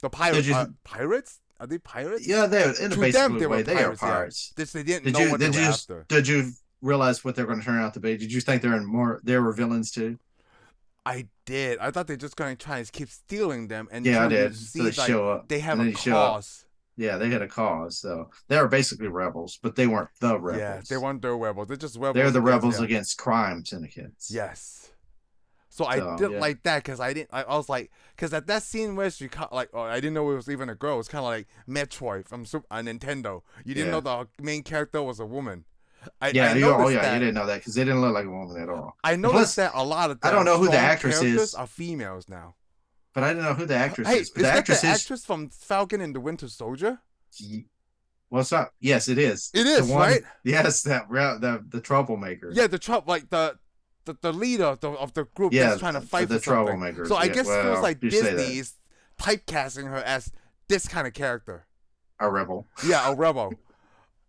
Speaker 1: the pirates.
Speaker 2: you-
Speaker 1: uh, pirates are they pirates?
Speaker 2: yeah, they're in
Speaker 1: To
Speaker 2: a
Speaker 1: them,
Speaker 2: basically
Speaker 1: they were
Speaker 2: way. They
Speaker 1: pirates,
Speaker 2: are
Speaker 1: yeah.
Speaker 2: pirates.
Speaker 1: This they didn't
Speaker 2: Did
Speaker 1: know
Speaker 2: you-
Speaker 1: what they
Speaker 2: did
Speaker 1: were
Speaker 2: you s-
Speaker 1: after.
Speaker 2: did you realize what they're going to turn out to be? Did you think they're in more? They were villains too.
Speaker 1: I did. I thought they're just going to try and keep stealing them. And
Speaker 2: Yeah, I
Speaker 1: until you
Speaker 2: did.
Speaker 1: See,
Speaker 2: So they
Speaker 1: like,
Speaker 2: show up.
Speaker 1: they have
Speaker 2: and
Speaker 1: a
Speaker 2: then you show up.
Speaker 1: cause.
Speaker 2: Yeah, they had a cause, so they were basically rebels, but they weren't the rebels.
Speaker 1: Yeah, they weren't their rebels. They're just rebels.
Speaker 2: They're the
Speaker 1: against-
Speaker 2: rebels
Speaker 1: yeah.
Speaker 2: against crime syndicates.
Speaker 1: Yes. So I
Speaker 2: So,
Speaker 1: didn't
Speaker 2: yeah.
Speaker 1: like that because I didn't. I, I was like, because at that scene where she ca- like, oh, I didn't know it was even a girl. It's kind of like Metroid from Super, uh, Nintendo. You didn't know the main character was a woman. I,
Speaker 2: yeah.
Speaker 1: I
Speaker 2: you, oh
Speaker 1: noticed
Speaker 2: yeah,
Speaker 1: that.
Speaker 2: you didn't know that because they didn't look like a woman at all.
Speaker 1: I noticed
Speaker 2: Plus,
Speaker 1: that a lot of.
Speaker 2: I don't know who the
Speaker 1: strong
Speaker 2: actress is.
Speaker 1: characters Are females now.
Speaker 2: But I didn't know who the actress
Speaker 1: hey,
Speaker 2: is.
Speaker 1: is
Speaker 2: But the
Speaker 1: that
Speaker 2: actress
Speaker 1: the
Speaker 2: is.
Speaker 1: actress from Falcon and the Winter Soldier?
Speaker 2: Ye- Well, it's not. Yes, it is.
Speaker 1: It
Speaker 2: The
Speaker 1: is
Speaker 2: one-
Speaker 1: right.
Speaker 2: Yes, that ra- the the troublemaker.
Speaker 1: Yeah, the Trump like the. the- the, the leader of the, of the group
Speaker 2: Yeah,
Speaker 1: that's trying to fight
Speaker 2: the
Speaker 1: for something.
Speaker 2: troublemakers.
Speaker 1: So I
Speaker 2: Yeah,
Speaker 1: guess it
Speaker 2: well,
Speaker 1: feels like
Speaker 2: you say that.
Speaker 1: Disney is typecasting her as this kind of character.
Speaker 2: a rebel.
Speaker 1: Yeah, a rebel. [LAUGHS]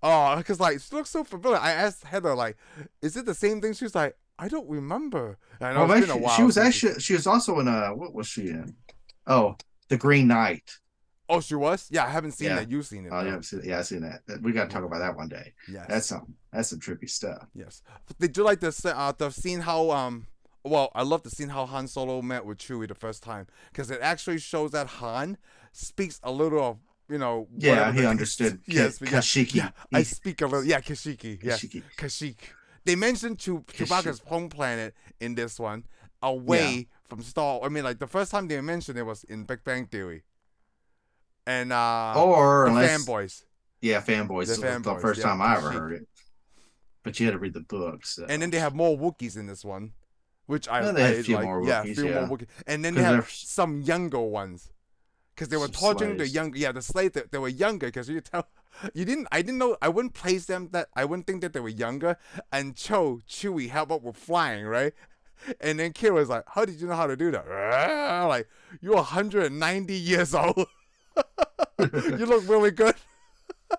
Speaker 1: Oh, because like she looks so familiar. I asked Heather like, "Is it the same thing?" She's like, "I don't remember." And I know
Speaker 2: Well,
Speaker 1: it's been a
Speaker 2: actually,
Speaker 1: while
Speaker 2: Oh, she was
Speaker 1: since
Speaker 2: actually she was also in a what was she in? Oh, the Green Knight.
Speaker 1: Oh, she was. Yeah, I haven't seen
Speaker 2: Yeah.
Speaker 1: that. You've seen it.
Speaker 2: Oh,
Speaker 1: though.
Speaker 2: yeah, I've seen, yeah, I've seen that. We got to talk about that one day.
Speaker 1: Yes.
Speaker 2: That's some that's some trippy stuff.
Speaker 1: Yes. But did you like the se- uh, the scene how um well I love the scene how Han Solo met with Chewie the first time because it actually shows that Han speaks a little of you know
Speaker 2: Yeah,
Speaker 1: whatever
Speaker 2: he
Speaker 1: the-
Speaker 2: understood.
Speaker 1: [LAUGHS] yes
Speaker 2: Yes,
Speaker 1: but yeah,
Speaker 2: Kashiki.
Speaker 1: yeah I speak a little yeah Kashiki
Speaker 2: He-
Speaker 1: yeah
Speaker 2: Kashiki.
Speaker 1: Kashik they mentioned Chew-
Speaker 2: Kashyyyk.
Speaker 1: Chewbacca's home planet in this one away from Star I mean like the first time they mentioned it was in Big Bang Theory and uh
Speaker 2: or
Speaker 1: the
Speaker 2: unless
Speaker 1: fanboys
Speaker 2: yeah, fanboys.
Speaker 1: The
Speaker 2: is The,
Speaker 1: fanboys,
Speaker 2: first
Speaker 1: yeah,
Speaker 2: time I ever
Speaker 1: Kashiki.
Speaker 2: heard it. But you had to read the book. So.
Speaker 1: and then they have more Wookiees in this one, which I,
Speaker 2: Yeah, they had a
Speaker 1: I
Speaker 2: few
Speaker 1: like.
Speaker 2: more
Speaker 1: yeah,
Speaker 2: Wookiees,
Speaker 1: a few
Speaker 2: yeah.
Speaker 1: more Wookiees, and then they
Speaker 2: 'Cause
Speaker 1: have
Speaker 2: they're-
Speaker 1: some younger ones because they were
Speaker 2: Some
Speaker 1: torturing the
Speaker 2: slaves.
Speaker 1: young. Yeah, the slaves that they were younger because you tell [LAUGHS] you didn't. I didn't know. I wouldn't place them that. I wouldn't think that they were younger until Chewie helped up with flying, right? And then Kira's like, "How did you know how to do that?" [LAUGHS] I'm Like you're 190 years old. [LAUGHS] you look really good.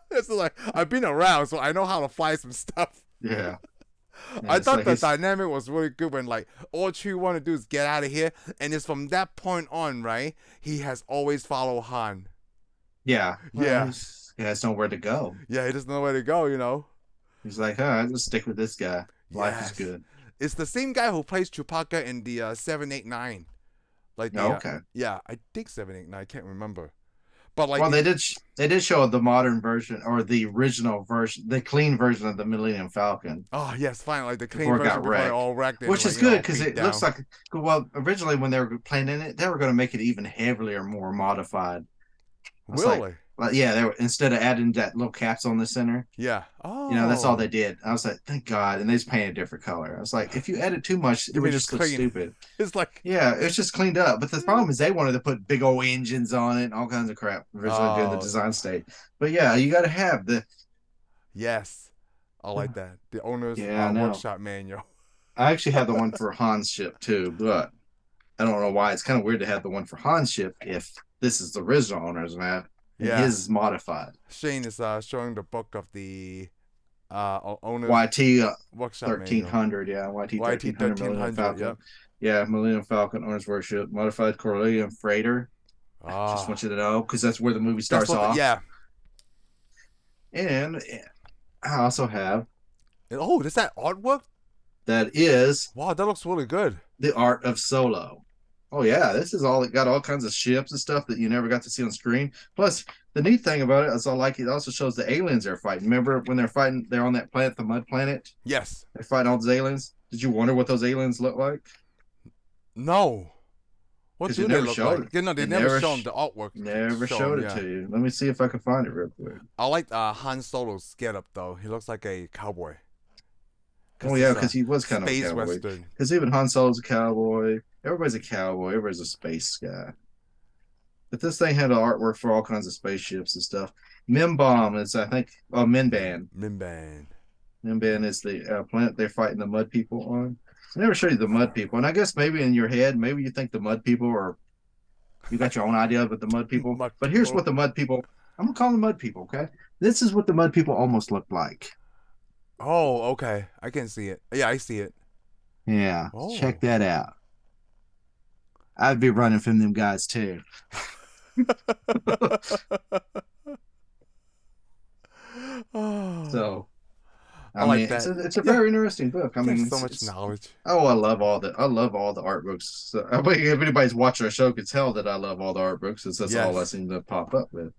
Speaker 1: [LAUGHS] it's like I've been around, so I know how to fly some stuff.
Speaker 2: [LAUGHS] yeah.
Speaker 1: I
Speaker 2: It's
Speaker 1: thought
Speaker 2: like
Speaker 1: the
Speaker 2: it's-
Speaker 1: dynamic was really good when like all Chewie want to do is get out of here, and it's from that point on, right? He has always followed Han.
Speaker 2: yeah. Well,
Speaker 1: Yeah.
Speaker 2: he's- He has nowhere to go.
Speaker 1: Yeah, he doesn't know where to go, you know.
Speaker 2: He's like, huh, I'll just stick with this guy. Life
Speaker 1: Yes.
Speaker 2: is good.
Speaker 1: It's the same guy who plays Chewbacca in the uh, seven eight nine, like the,
Speaker 2: No,
Speaker 1: uh,
Speaker 2: Oh, okay.
Speaker 1: yeah, I think seven eight nine. I can't remember, but like
Speaker 2: well,
Speaker 1: the-
Speaker 2: they did. Sh- they did show the modern version or the original version, the clean version of the Millennium Falcon,
Speaker 1: oh yes, finally like the clean
Speaker 2: Before it
Speaker 1: version
Speaker 2: got
Speaker 1: before they
Speaker 2: wrecked.
Speaker 1: all wrecked, and,
Speaker 2: which
Speaker 1: like,
Speaker 2: is
Speaker 1: you know,
Speaker 2: good because
Speaker 1: beat
Speaker 2: it looks
Speaker 1: down.
Speaker 2: like. Well, originally when they were planning it, they were going to make it even heavier, more modified. it's like-
Speaker 1: really,
Speaker 2: Like, yeah, they were instead of adding that little capsule in the center,
Speaker 1: yeah. Oh,
Speaker 2: you know, that's all they did. I was like, thank God, and they just painted a different color. I was like, if you added too much, it
Speaker 1: You
Speaker 2: would
Speaker 1: mean
Speaker 2: just
Speaker 1: it's
Speaker 2: look
Speaker 1: clean.
Speaker 2: stupid.
Speaker 1: It's like
Speaker 2: Yeah, it's just cleaned up. But the problem is they wanted to put big old engines on it and all kinds of crap originally during the
Speaker 1: Oh.
Speaker 2: design stage. But yeah, you got to have the
Speaker 1: yes, I like that. The owner's
Speaker 2: Yeah, I
Speaker 1: uh,
Speaker 2: know.
Speaker 1: workshop manual.
Speaker 2: I actually have the one for Han's ship too, but I don't know why. It's kind of weird to have the one for Han's ship if this is the original owner's map and
Speaker 1: Yeah.
Speaker 2: his is modified.
Speaker 1: Shane is uh, showing the book of the uh, o- owner's
Speaker 2: YT
Speaker 1: workshop
Speaker 2: thirteen
Speaker 1: manual.
Speaker 2: hundred, yeah, YT thirteen hundred Millennium
Speaker 1: YT1300.
Speaker 2: Falcon.
Speaker 1: Yep.
Speaker 2: Yeah, Millennium Falcon owner's worship modified Corellium freighter.
Speaker 1: Ah.
Speaker 2: Just want you to know because that's where the movie starts off.
Speaker 1: yeah.
Speaker 2: And I also have
Speaker 1: And- Oh, is that artwork?
Speaker 2: that is
Speaker 1: Wow, that looks really good.
Speaker 2: the art of solo. Oh yeah, this is all it got all kinds of ships and stuff that you never got to see on screen. Plus, the neat thing about it is I like it also shows the aliens they're fighting. Remember when they're fighting they're on that planet, the mud planet?
Speaker 1: Yes.
Speaker 2: They're fighting all those aliens. Did you wonder what those aliens look like?
Speaker 1: No. What
Speaker 2: 'Cause they
Speaker 1: do they
Speaker 2: never
Speaker 1: look
Speaker 2: showed
Speaker 1: like?
Speaker 2: it.
Speaker 1: Yeah, no, they,
Speaker 2: They
Speaker 1: never,
Speaker 2: never
Speaker 1: shown
Speaker 2: sh-
Speaker 1: the artwork.
Speaker 2: Never
Speaker 1: Shown,
Speaker 2: showed it
Speaker 1: yeah.
Speaker 2: to you. Let me see if I can find it real quick.
Speaker 1: I like uh, Han Solo's get up though. He looks like a cowboy.
Speaker 2: Oh yeah,
Speaker 1: it's, uh,
Speaker 2: because he was kind of a
Speaker 1: space
Speaker 2: cowboy.
Speaker 1: western.
Speaker 2: Because even Han Solo's a cowboy. Everybody's a cowboy. Everybody's a space guy. But this thing had artwork for all kinds of spaceships and stuff. Membomb is, I think, oh, Minban.
Speaker 1: Minban.
Speaker 2: Nimban is the uh, planet they're fighting the mud people on. I never showed you the mud people, and I guess maybe in your head, maybe you think the mud people are. You got your own idea about the mud people,
Speaker 1: Mud
Speaker 2: but here's
Speaker 1: people.
Speaker 2: what the mud people. I'm gonna call them mud people, okay? This is what the mud people almost look like.
Speaker 1: Oh, okay. I can see it. Yeah, I see it. [GASPS]
Speaker 2: Yeah,
Speaker 1: Oh.
Speaker 2: check that out. I'd be running from them guys too.
Speaker 1: oh.
Speaker 2: So,
Speaker 1: I like
Speaker 2: mean, it's
Speaker 1: that.
Speaker 2: a, it's a
Speaker 1: Yeah.
Speaker 2: very interesting book. I mean,
Speaker 1: There's
Speaker 2: it's-
Speaker 1: so much
Speaker 2: it's-
Speaker 1: knowledge.
Speaker 2: Oh, I love all the I love all the art books. So, I mean, if anybody's watching our show, can tell that I love all the art books, since that's all I
Speaker 1: Yes.
Speaker 2: seem to pop up with.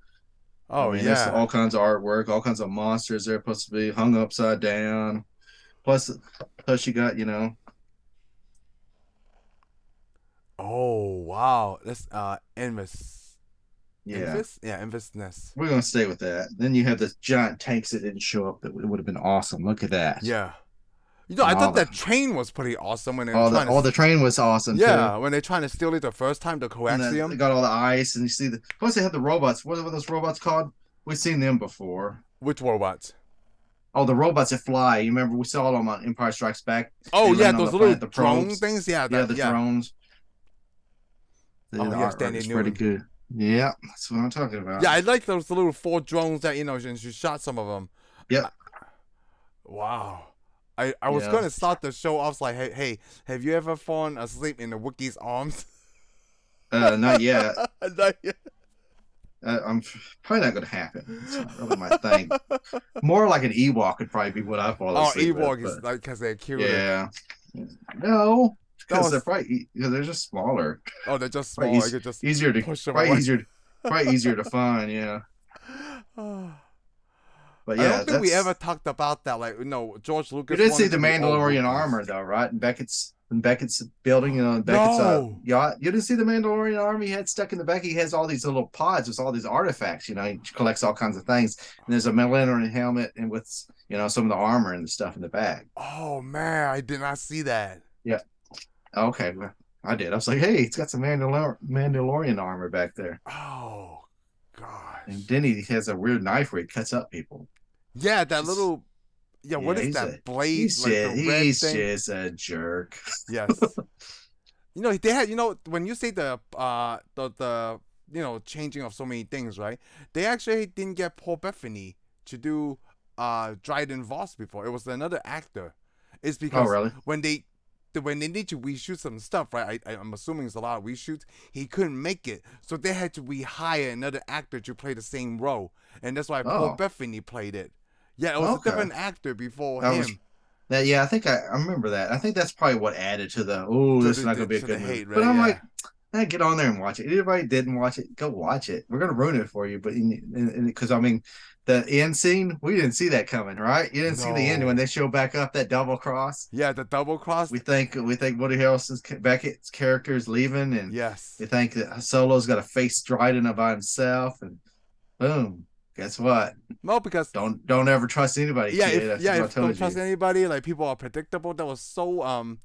Speaker 1: Oh
Speaker 2: I mean, there's
Speaker 1: yeah.
Speaker 2: all kinds of artwork, all kinds of monsters they're supposed to be hung upside down. Plus, plus you got you know
Speaker 1: oh wow. That's uh Envis.
Speaker 2: yeah.
Speaker 1: Envis? Yeah, Envisness.
Speaker 2: We're gonna stay with that. Then you have the giant tanks that didn't show up. That w- it would have been awesome. Look at that.
Speaker 1: Yeah. You know, I
Speaker 2: And all
Speaker 1: thought
Speaker 2: the-
Speaker 1: that train was pretty awesome when they were
Speaker 2: All
Speaker 1: trying
Speaker 2: the
Speaker 1: to
Speaker 2: all the train was awesome. too.
Speaker 1: Yeah, when they're trying to steal it the first time, the
Speaker 2: And then they
Speaker 1: coaxium.
Speaker 2: got all the ice, and you see the plus they had the robots. What were those robots called? We've seen them before.
Speaker 1: Which robots?
Speaker 2: Oh, the robots that fly. You remember we saw them on uh, Empire Strikes Back.
Speaker 1: Oh
Speaker 2: They
Speaker 1: yeah,
Speaker 2: land on
Speaker 1: those
Speaker 2: the
Speaker 1: little
Speaker 2: planet, the
Speaker 1: drone
Speaker 2: probes.
Speaker 1: things. Yeah,
Speaker 2: yeah,
Speaker 1: that,
Speaker 2: the
Speaker 1: yeah.
Speaker 2: drones. The,
Speaker 1: Oh,
Speaker 2: the
Speaker 1: yes,
Speaker 2: artwork is
Speaker 1: Danny
Speaker 2: pretty
Speaker 1: Newman.
Speaker 2: good. Yeah, that's what I'm talking about.
Speaker 1: Yeah, I like those little four drones that you know, and she shot some of them.
Speaker 2: Yep.
Speaker 1: Wow. I, I was
Speaker 2: Yeah.
Speaker 1: gonna start the show off like, hey, hey, have you ever fallen asleep in the Wookiee's arms? [LAUGHS]
Speaker 2: Uh, not yet.
Speaker 1: Not yet.
Speaker 2: Uh, I'm f- probably not going to happen. It's not really my thing.
Speaker 1: [LAUGHS]
Speaker 2: More like an Ewok would probably be what I fall
Speaker 1: oh,
Speaker 2: asleep with,
Speaker 1: Ewok is
Speaker 2: but-
Speaker 1: like because they're cute.
Speaker 2: Yeah. No,
Speaker 1: That
Speaker 2: because
Speaker 1: was-
Speaker 2: they're probably yeah, they're just smaller,
Speaker 1: Oh, they're just
Speaker 2: Right,
Speaker 1: small. I
Speaker 2: he's-
Speaker 1: could just.
Speaker 2: easier to
Speaker 1: Push them
Speaker 2: probably
Speaker 1: [SIGHS] away.
Speaker 2: easier probably
Speaker 1: [LAUGHS]
Speaker 2: easier to find. Yeah, but yeah,
Speaker 1: I don't think we
Speaker 2: that's-
Speaker 1: ever talked about that. Like, no, George Lucas.
Speaker 2: You did see
Speaker 1: wanted
Speaker 2: the
Speaker 1: to be all
Speaker 2: Mandalorian
Speaker 1: Wookiees.
Speaker 2: armor though, right? In Beckett's in Beckett's building, you know, in Beckett's uh,
Speaker 1: No.
Speaker 2: yacht. You didn't see the Mandalorian armor he had stuck in the back. He has all these little pods with all these artifacts. You know, he collects all kinds of things. And there's a Mandalorian helmet and with you know some of the armor and the stuff in the bag.
Speaker 1: Oh man, I did not see that.
Speaker 2: Okay, well, I did. I was like, hey, it's got some Mandalor- Mandalorian armor back there.
Speaker 1: Oh gosh.
Speaker 2: And then he has a weird knife where he cuts up people.
Speaker 1: Yeah, that
Speaker 2: Just-
Speaker 1: little. Yeah, what
Speaker 2: yeah,
Speaker 1: is
Speaker 2: he's
Speaker 1: that
Speaker 2: a-
Speaker 1: blade?
Speaker 2: He's
Speaker 1: like
Speaker 2: just,
Speaker 1: the red
Speaker 2: he's
Speaker 1: thing.
Speaker 2: just a jerk. [LAUGHS]
Speaker 1: Yes. you know they had. You know when you say the uh the the you know changing of so many things, right? They actually didn't get Paul Bethany to do uh Dryden Voss before. It was another actor. It's
Speaker 2: Oh,
Speaker 1: because
Speaker 2: really?
Speaker 1: when they the- when they need to reshoot some stuff, right? I, I- I'm assuming it's a lot of reshoots. He couldn't make it, so they had to rehire another actor to play the same role, and that's why
Speaker 2: Oh.
Speaker 1: Paul Bethany played it. Yeah, it was
Speaker 2: Okay.
Speaker 1: a different actor before
Speaker 2: That
Speaker 1: him.
Speaker 2: was- That, yeah, I think I, I remember that. I think that's probably what added to the oh,
Speaker 1: To
Speaker 2: this
Speaker 1: the-
Speaker 2: is not gonna be a
Speaker 1: to the
Speaker 2: good movie.
Speaker 1: hate,
Speaker 2: but
Speaker 1: right,
Speaker 2: I'm
Speaker 1: yeah.
Speaker 2: like, eh, get on there and watch it. Anybody didn't watch it, go watch it. We're gonna ruin it for you, but because I mean, the end scene we didn't see that coming, right? You didn't see the end
Speaker 1: No.
Speaker 2: when they show back up that double cross.
Speaker 1: Yeah, the double cross.
Speaker 2: We think we think Woody Harrelson's ca- Beckett's character is leaving, and
Speaker 1: Yes.
Speaker 2: you think that Solo's got to face Dryden by himself, and boom, guess what?
Speaker 1: No, because
Speaker 2: Don't don't ever trust anybody.
Speaker 1: yeah,
Speaker 2: kid.
Speaker 1: if,
Speaker 2: That's
Speaker 1: yeah,
Speaker 2: what I
Speaker 1: if don't
Speaker 2: told
Speaker 1: trust
Speaker 2: you.
Speaker 1: anybody. Like people are predictable. That was so um,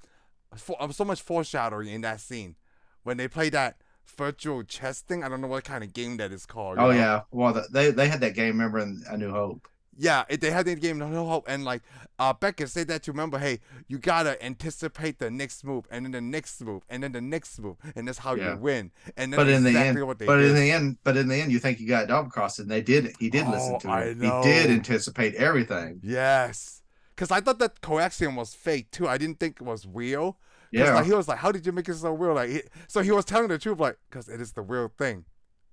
Speaker 1: for, um, so much foreshadowing in that scene when they play that virtual chess thing. I don't know what kind of game that is called. you
Speaker 2: Oh
Speaker 1: know?
Speaker 2: yeah, well the, they they had that game. Remember in A New Hope.
Speaker 1: Yeah, it, they had that game no hope, and like uh, Beckett said that to remember, hey, you gotta anticipate the next move, and then the next move, and then the next move, and that's how
Speaker 2: Yeah.
Speaker 1: you win. And then
Speaker 2: but
Speaker 1: that's
Speaker 2: in the
Speaker 1: exactly
Speaker 2: end,
Speaker 1: what they
Speaker 2: but
Speaker 1: did.
Speaker 2: in the end, but in the end, you think you got double crossed, and they did. He did listen
Speaker 1: Oh,
Speaker 2: to
Speaker 1: I
Speaker 2: it.
Speaker 1: know.
Speaker 2: He did anticipate everything.
Speaker 1: yes, because I thought that coaxium was fake too. I didn't think it was real. 'Cause,
Speaker 2: Yeah,
Speaker 1: Like, he was like, "How did you make it so real?" Like, he, so he was telling the truth, like, because it is the real thing.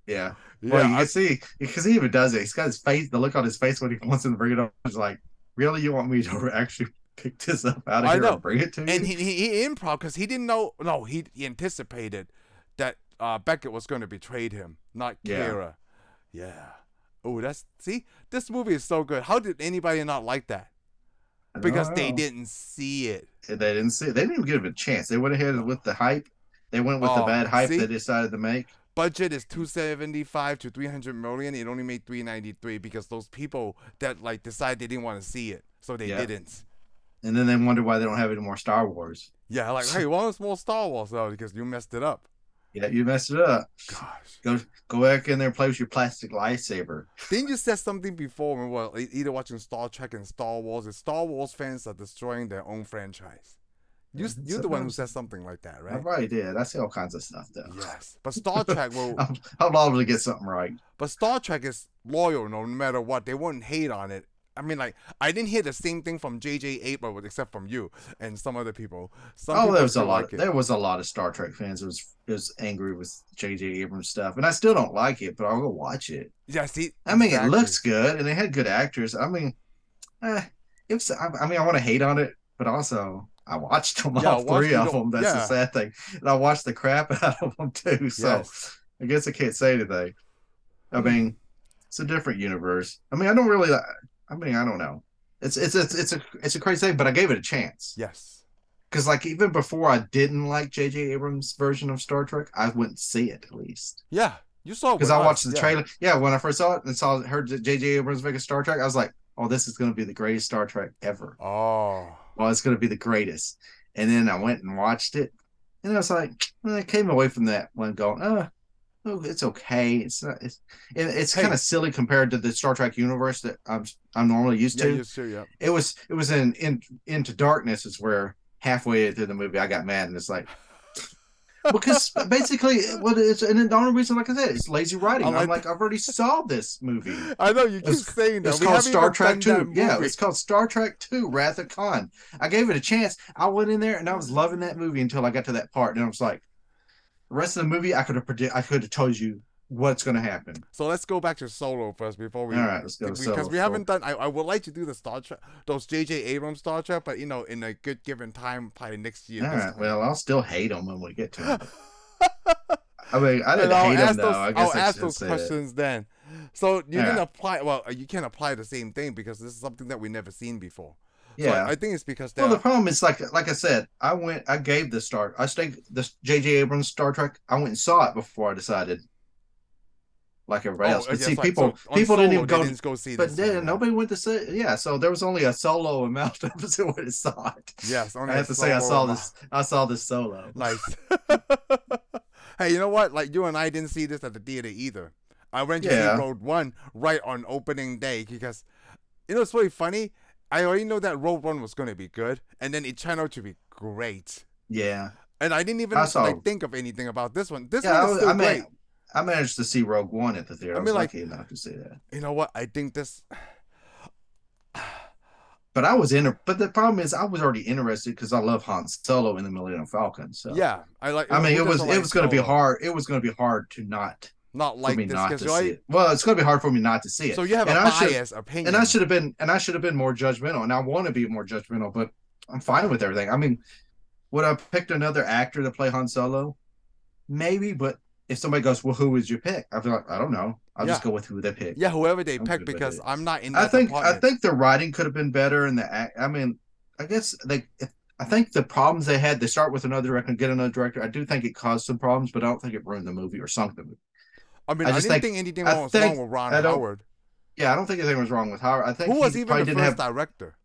Speaker 2: yeah.
Speaker 1: Yeah.
Speaker 2: well, you
Speaker 1: I-
Speaker 2: can see because he even does it. He's got his face, the look on his face when he [LAUGHS] wants him to bring it up. He's like, "Really, you want me to [LAUGHS] actually pick this up out of
Speaker 1: I
Speaker 2: here
Speaker 1: know.
Speaker 2: and bring it to you?"
Speaker 1: and he he, he improv because he didn't know. No, he, he anticipated that uh, Beckett was going to betray him, not
Speaker 2: Yeah.
Speaker 1: Kira. Yeah. Oh, that's see. This movie is so good. How did anybody not like that?
Speaker 2: I don't
Speaker 1: Because they
Speaker 2: know.
Speaker 1: didn't see it.
Speaker 2: They didn't see. They didn't even give him a chance. They went ahead with the hype. They went with the
Speaker 1: Oh,
Speaker 2: bad hype
Speaker 1: see?
Speaker 2: they decided to make.
Speaker 1: budget is 275 to 300 million it only made 393 because those people that like decided they didn't want to see it so they
Speaker 2: Yeah.
Speaker 1: didn't
Speaker 2: And then they wonder why they don't have any more Star Wars.
Speaker 1: yeah like hey why was more star wars though because you messed it up
Speaker 2: Yeah, you messed it up.
Speaker 1: gosh
Speaker 2: Go go back in there and play with your plastic lightsaber.
Speaker 1: didn't you said something before when we were e- either watching star trek and star wars and star wars fans are destroying their own franchise you,
Speaker 2: Yeah,
Speaker 1: you're the one who
Speaker 2: sometimes.
Speaker 1: said something like that
Speaker 2: I
Speaker 1: right
Speaker 2: probably did. I see all kinds of stuff though.
Speaker 1: yes but star trek will
Speaker 2: I'm, I'm liable to get something right.
Speaker 1: But Star Trek is loyal no matter what. They wouldn't hate on it. I mean, like I didn't hear the same thing from J.J. Abrams except from you and some other people. Some
Speaker 2: oh,
Speaker 1: people
Speaker 2: there was a
Speaker 1: still
Speaker 2: lot.
Speaker 1: like it.
Speaker 2: there was a lot of Star Trek fans who was who was angry with J.J. Abrams stuff, and I still don't like it, but I'll go watch it.
Speaker 1: Yeah, see,
Speaker 2: I mean,
Speaker 1: exactly.
Speaker 2: it looks good, and they had good actors. I mean, eh, it was, I, I mean, I want to hate on it, but also I watched [LAUGHS] them
Speaker 1: Yeah,
Speaker 2: all
Speaker 1: watch-
Speaker 2: three
Speaker 1: you
Speaker 2: of
Speaker 1: don't-
Speaker 2: them. That's
Speaker 1: yeah.
Speaker 2: the sad thing, and I watched the crap [LAUGHS] out of them too. So
Speaker 1: Yes.
Speaker 2: I guess I can't say anything. I
Speaker 1: Hmm.
Speaker 2: mean, it's a different universe. I mean, I don't really. I mean, I don't know. It's it's it's it's a it's a crazy thing, but I gave it a chance
Speaker 1: Yes.
Speaker 2: because like even before I didn't like J.J. Abrams' version of Star Trek, I wouldn't see it at least
Speaker 1: Yeah, you saw Oh, it
Speaker 2: because
Speaker 1: with
Speaker 2: I
Speaker 1: us,
Speaker 2: watched the
Speaker 1: yeah.
Speaker 2: trailer. Yeah, when I first saw it and saw heard that J.J. Abrams making Star Trek, I was like, "Oh, this is going to be the greatest Star Trek ever."
Speaker 1: Oh,
Speaker 2: Well, it's going to be the greatest. And then I went and watched it, and I was like, I came away from that one going, "Uh, oh, it's okay. It's not, it's it, it's
Speaker 1: Hey.
Speaker 2: kind of silly compared to the Star Trek universe that I'm I'm normally used
Speaker 1: Yeah,
Speaker 2: to.
Speaker 1: you sure, yeah.
Speaker 2: It was it was in, in into darkness is where halfway through the movie I got mad and it's like because basically what it's and the only reason like I said it's lazy writing.
Speaker 1: I
Speaker 2: I'm
Speaker 1: like-
Speaker 2: like I've already saw this movie.
Speaker 1: I know you keep
Speaker 2: It's-
Speaker 1: saying that.
Speaker 2: It's
Speaker 1: We
Speaker 2: called
Speaker 1: haven't
Speaker 2: Star
Speaker 1: even
Speaker 2: Trek
Speaker 1: done that
Speaker 2: Two. Yeah,
Speaker 1: movie.
Speaker 2: it's called Star Trek Two: Wrath of Khan. I gave it a chance. I went in there and I was loving that movie until I got to that part, and I was like, the rest of the movie, I could have predict, I could have told you what's going to happen.
Speaker 1: So let's go back to Solo first before we.
Speaker 2: All right, let's go to
Speaker 1: Because
Speaker 2: Solo.
Speaker 1: we haven't done. I, I would like to do the Star Trek, those J.J. Abrams Star Trek, but you know, in a good given time, probably next year.
Speaker 2: All
Speaker 1: this
Speaker 2: right,
Speaker 1: time. [LAUGHS]
Speaker 2: well, I'll still hate them when we get to it. I mean, I didn't
Speaker 1: and I'll
Speaker 2: hate
Speaker 1: ask
Speaker 2: them though.
Speaker 1: those,
Speaker 2: I guess
Speaker 1: will
Speaker 2: I
Speaker 1: ask
Speaker 2: should
Speaker 1: those
Speaker 2: say that.
Speaker 1: questions then. So you
Speaker 2: All
Speaker 1: didn't
Speaker 2: right.
Speaker 1: apply. Well, you can't apply the same thing because this is something that we never seen before. So
Speaker 2: Yeah.
Speaker 1: I, I think it's because they're.
Speaker 2: well, the problem is like like I said, I went, I gave the Star, I stayed the J.J. Abrams Star Trek. I went and saw it before I decided, like everybody else.
Speaker 1: oh,
Speaker 2: But
Speaker 1: yeah,
Speaker 2: see,
Speaker 1: it's like-
Speaker 2: people
Speaker 1: so on
Speaker 2: people
Speaker 1: Solo,
Speaker 2: didn't even
Speaker 1: they
Speaker 2: go
Speaker 1: didn't go see
Speaker 2: But
Speaker 1: this
Speaker 2: then
Speaker 1: one, yeah.
Speaker 2: nobody went to see. Yeah, so there was only a solo [LAUGHS] amount of episode when it saw it.
Speaker 1: Yes, only
Speaker 2: I have
Speaker 1: a
Speaker 2: to say I
Speaker 1: solo
Speaker 2: saw
Speaker 1: amount.
Speaker 2: this. I saw this solo. [LAUGHS]
Speaker 1: Nice. hey, you know what? Like you and I didn't see this at the theater either. I went to
Speaker 2: Yeah.
Speaker 1: see Road One right on opening day because you know it's really funny. I already know that Road One was going to be good, and then it turned out to be great.
Speaker 2: Yeah,
Speaker 1: And I didn't even
Speaker 2: I saw-
Speaker 1: like think of anything about this one. This
Speaker 2: yeah.
Speaker 1: one
Speaker 2: I,
Speaker 1: is
Speaker 2: was-
Speaker 1: still
Speaker 2: I
Speaker 1: great.
Speaker 2: mean, I managed to see Rogue One at the theater.
Speaker 1: I
Speaker 2: I,
Speaker 1: mean,
Speaker 2: was
Speaker 1: like-
Speaker 2: lucky enough to see that.
Speaker 1: You know what? I think this.
Speaker 2: But I was in. But the problem is, I was already interested because I love Han Solo in the Millennium Falcon. So
Speaker 1: Yeah, I like.
Speaker 2: I mean,
Speaker 1: who
Speaker 2: it was
Speaker 1: doesn't
Speaker 2: it
Speaker 1: like
Speaker 2: was going to be
Speaker 1: Solo?
Speaker 2: hard. It was going to be hard to not
Speaker 1: Not
Speaker 2: for
Speaker 1: like
Speaker 2: me
Speaker 1: this
Speaker 2: not to
Speaker 1: because
Speaker 2: see
Speaker 1: you're like,
Speaker 2: it. Well, it's going to be hard for me not to see it.
Speaker 1: so you have
Speaker 2: And
Speaker 1: a
Speaker 2: I should-
Speaker 1: biased opinion.
Speaker 2: and I should have been and I should have been more judgmental, and I want to be more judgmental, but I'm fine with everything. I mean, would I have picked another actor to play Han Solo? Maybe, but if somebody goes, "Well, who was your pick?" I'd be like, "I don't know. I'll just
Speaker 1: Yeah.
Speaker 2: go with who they pick."
Speaker 1: Yeah, whoever they
Speaker 2: I'm
Speaker 1: pick
Speaker 2: good with
Speaker 1: because
Speaker 2: it.
Speaker 1: I'm not in. That
Speaker 2: I think I
Speaker 1: department.
Speaker 2: think the writing could have been better, and the act. I mean, I guess they. If, I think the problems they had, they start with another director and get another director. I do think it caused some problems, but I don't think it ruined the movie or sunk the movie.
Speaker 1: I mean,
Speaker 2: I
Speaker 1: I,
Speaker 2: just
Speaker 1: didn't think,
Speaker 2: think-
Speaker 1: anything
Speaker 2: I
Speaker 1: was
Speaker 2: think-
Speaker 1: wrong with Ron
Speaker 2: I don't-
Speaker 1: Howard,
Speaker 2: Yeah, I don't think anything was wrong with Howard. I think
Speaker 1: who was
Speaker 2: he
Speaker 1: even
Speaker 2: probably
Speaker 1: the
Speaker 2: didn't
Speaker 1: first
Speaker 2: have
Speaker 1: director.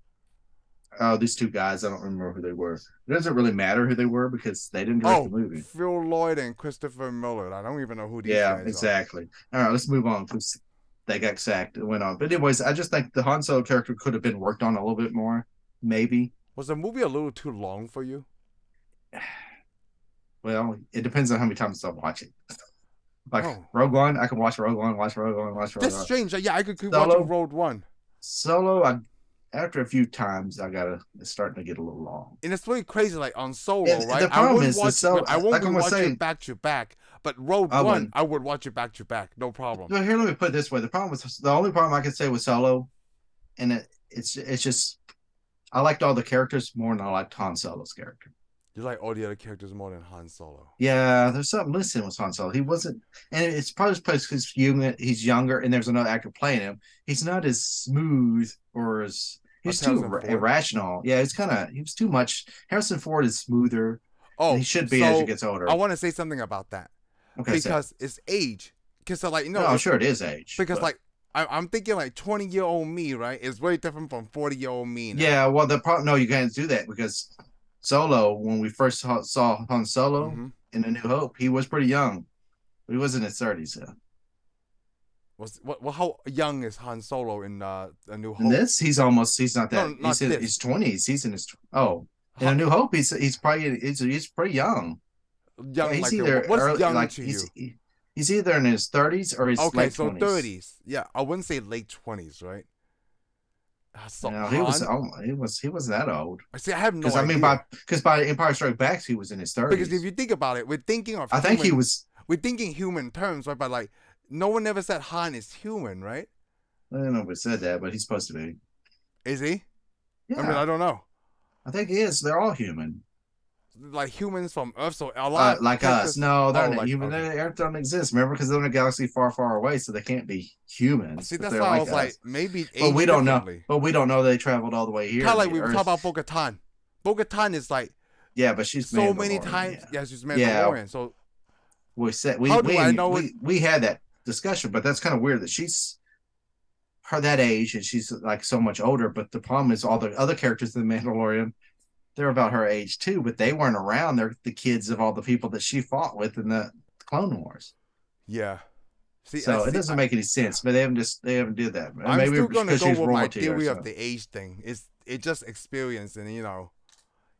Speaker 2: Oh, these two guys, I don't remember who they were. It doesn't really matter who they were because they didn't direct
Speaker 1: Oh,
Speaker 2: the movie.
Speaker 1: Phil Lloyd and Christopher Miller. I don't even know who these
Speaker 2: Yeah,
Speaker 1: guys
Speaker 2: exactly. All right, let's move on because they got sacked and went on. But anyways, I just think the Han Solo character could have been worked on a little bit more, maybe.
Speaker 1: are. Was the movie a little too long for you?
Speaker 2: Well, it depends on how many times I watch it. [LAUGHS] Like
Speaker 1: Oh.
Speaker 2: Rogue One, I can watch Rogue One, watch Rogue One, watch Rogue
Speaker 1: That's
Speaker 2: One.
Speaker 1: strange. Yeah, I could keep
Speaker 2: Solo?
Speaker 1: watching Road One,
Speaker 2: Solo, I after a few times, I gotta it's starting to get a little long.
Speaker 1: and it's really crazy. Like on Solo,
Speaker 2: And the
Speaker 1: right? I
Speaker 2: problem
Speaker 1: wouldn't
Speaker 2: is the
Speaker 1: watch.
Speaker 2: Solo-
Speaker 1: I won't
Speaker 2: like
Speaker 1: be
Speaker 2: I was
Speaker 1: watching
Speaker 2: saying-
Speaker 1: it back to back, but Road
Speaker 2: I
Speaker 1: One,
Speaker 2: wouldn't.
Speaker 1: I would watch it back to back, no problem.
Speaker 2: Well, here, let me put it this way: the problem was the only problem I could say was Solo, and it, it's it's just I liked all the characters more than I liked Han Solo's character.
Speaker 1: You like all the other characters more than Han Solo.
Speaker 2: Yeah, there's something missing with Han Solo. He wasn't, and it's probably just because he's young, he's younger, and there's another actor playing him. He's not as smooth or as he's too
Speaker 1: Harrison
Speaker 2: ir-
Speaker 1: Ford?
Speaker 2: irrational. Yeah, it's kind of he was too much. Harrison Ford is smoother.
Speaker 1: Oh,
Speaker 2: and he should be
Speaker 1: so
Speaker 2: as he gets older.
Speaker 1: I want to say something about that
Speaker 2: okay, so,
Speaker 1: because it's age. Because like you know,
Speaker 2: no,
Speaker 1: it's-
Speaker 2: sure it is age
Speaker 1: because
Speaker 2: but-
Speaker 1: like I, I'm thinking like 20 year old me, right, is way different from 40 year old me. now.
Speaker 2: Yeah, well, the problem. No, you can't do that because Solo. When we first saw- saw Han Solo
Speaker 1: Mhm.
Speaker 2: in A New Hope, he was pretty young. He was in his thirties. Uh,
Speaker 1: Was what? Well, how young is Han Solo in uh, A New Hope?
Speaker 2: in this, he's almost. He's not
Speaker 1: No,
Speaker 2: that.
Speaker 1: not
Speaker 2: he's in
Speaker 1: this.
Speaker 2: his twenties. He's in his. tw- Oh, in
Speaker 1: How-
Speaker 2: A New Hope, he's he's probably he's he's pretty young.
Speaker 1: young
Speaker 2: Yeah, he's
Speaker 1: like the-
Speaker 2: either
Speaker 1: what's
Speaker 2: early,
Speaker 1: young
Speaker 2: like
Speaker 1: to
Speaker 2: he's,
Speaker 1: you?
Speaker 2: he- he's either in his thirties or his
Speaker 1: Okay,
Speaker 2: late
Speaker 1: so
Speaker 2: 20s.
Speaker 1: 30s. Yeah, I wouldn't say late 20s, right? Ah, So
Speaker 2: No, he was.
Speaker 1: Han-
Speaker 2: Oh, he was. He was that old.
Speaker 1: I see. I have no
Speaker 2: Because
Speaker 1: idea.
Speaker 2: I mean, by because by Empire Strikes Back, he was in his thirties.
Speaker 1: because if you think about it, we're thinking of.
Speaker 2: I think he
Speaker 1: human-
Speaker 2: was.
Speaker 1: We're thinking human terms, right? But like, no one ever said Han is human, right?
Speaker 2: I don't know if it said that, but he's supposed to be.
Speaker 1: Is he?
Speaker 2: Yeah.
Speaker 1: I mean, I don't know.
Speaker 2: I think he is. They're all human,
Speaker 1: Like humans from Earth, so a
Speaker 2: uh,
Speaker 1: lot of
Speaker 2: like
Speaker 1: characters-
Speaker 2: us. No, they're
Speaker 1: Oh,
Speaker 2: not
Speaker 1: like-
Speaker 2: human.
Speaker 1: okay.
Speaker 2: They Earth don't exist. Remember, because they're in a galaxy far, far away, so they can't be humans.
Speaker 1: See,
Speaker 2: if
Speaker 1: that's
Speaker 2: they're
Speaker 1: why I was
Speaker 2: us.
Speaker 1: like, maybe.
Speaker 2: but we
Speaker 1: aged
Speaker 2: don't know.
Speaker 1: differently.
Speaker 2: But we don't know they traveled all the way here.
Speaker 1: Kind of like
Speaker 2: to
Speaker 1: we
Speaker 2: Earth.
Speaker 1: talk about Bogotan. Bogotan is like
Speaker 2: Yeah, but she's
Speaker 1: so many
Speaker 2: Mandalorian,
Speaker 1: times.
Speaker 2: yeah.
Speaker 1: Yes, she's
Speaker 2: Yeah.
Speaker 1: Mandalorian. So
Speaker 2: We said we
Speaker 1: How do
Speaker 2: we,
Speaker 1: I know
Speaker 2: we, we had that discussion, but that's kind of weird that she's her that age and she's like so much older. But the problem is all the other characters in the Mandalorian. They're about her age too, but they weren't around. They're the kids of all the people that she fought with in the Clone Wars.
Speaker 1: Yeah. See,
Speaker 2: so
Speaker 1: I
Speaker 2: it
Speaker 1: see-
Speaker 2: doesn't
Speaker 1: I-
Speaker 2: make any sense. But they haven't just they haven't did that.
Speaker 1: I'm
Speaker 2: Maybe
Speaker 1: still
Speaker 2: it's
Speaker 1: gonna
Speaker 2: 'cause
Speaker 1: go
Speaker 2: she's
Speaker 1: with my
Speaker 2: royalty or
Speaker 1: theory of
Speaker 2: something.
Speaker 1: the age thing. It's it just experience and you know.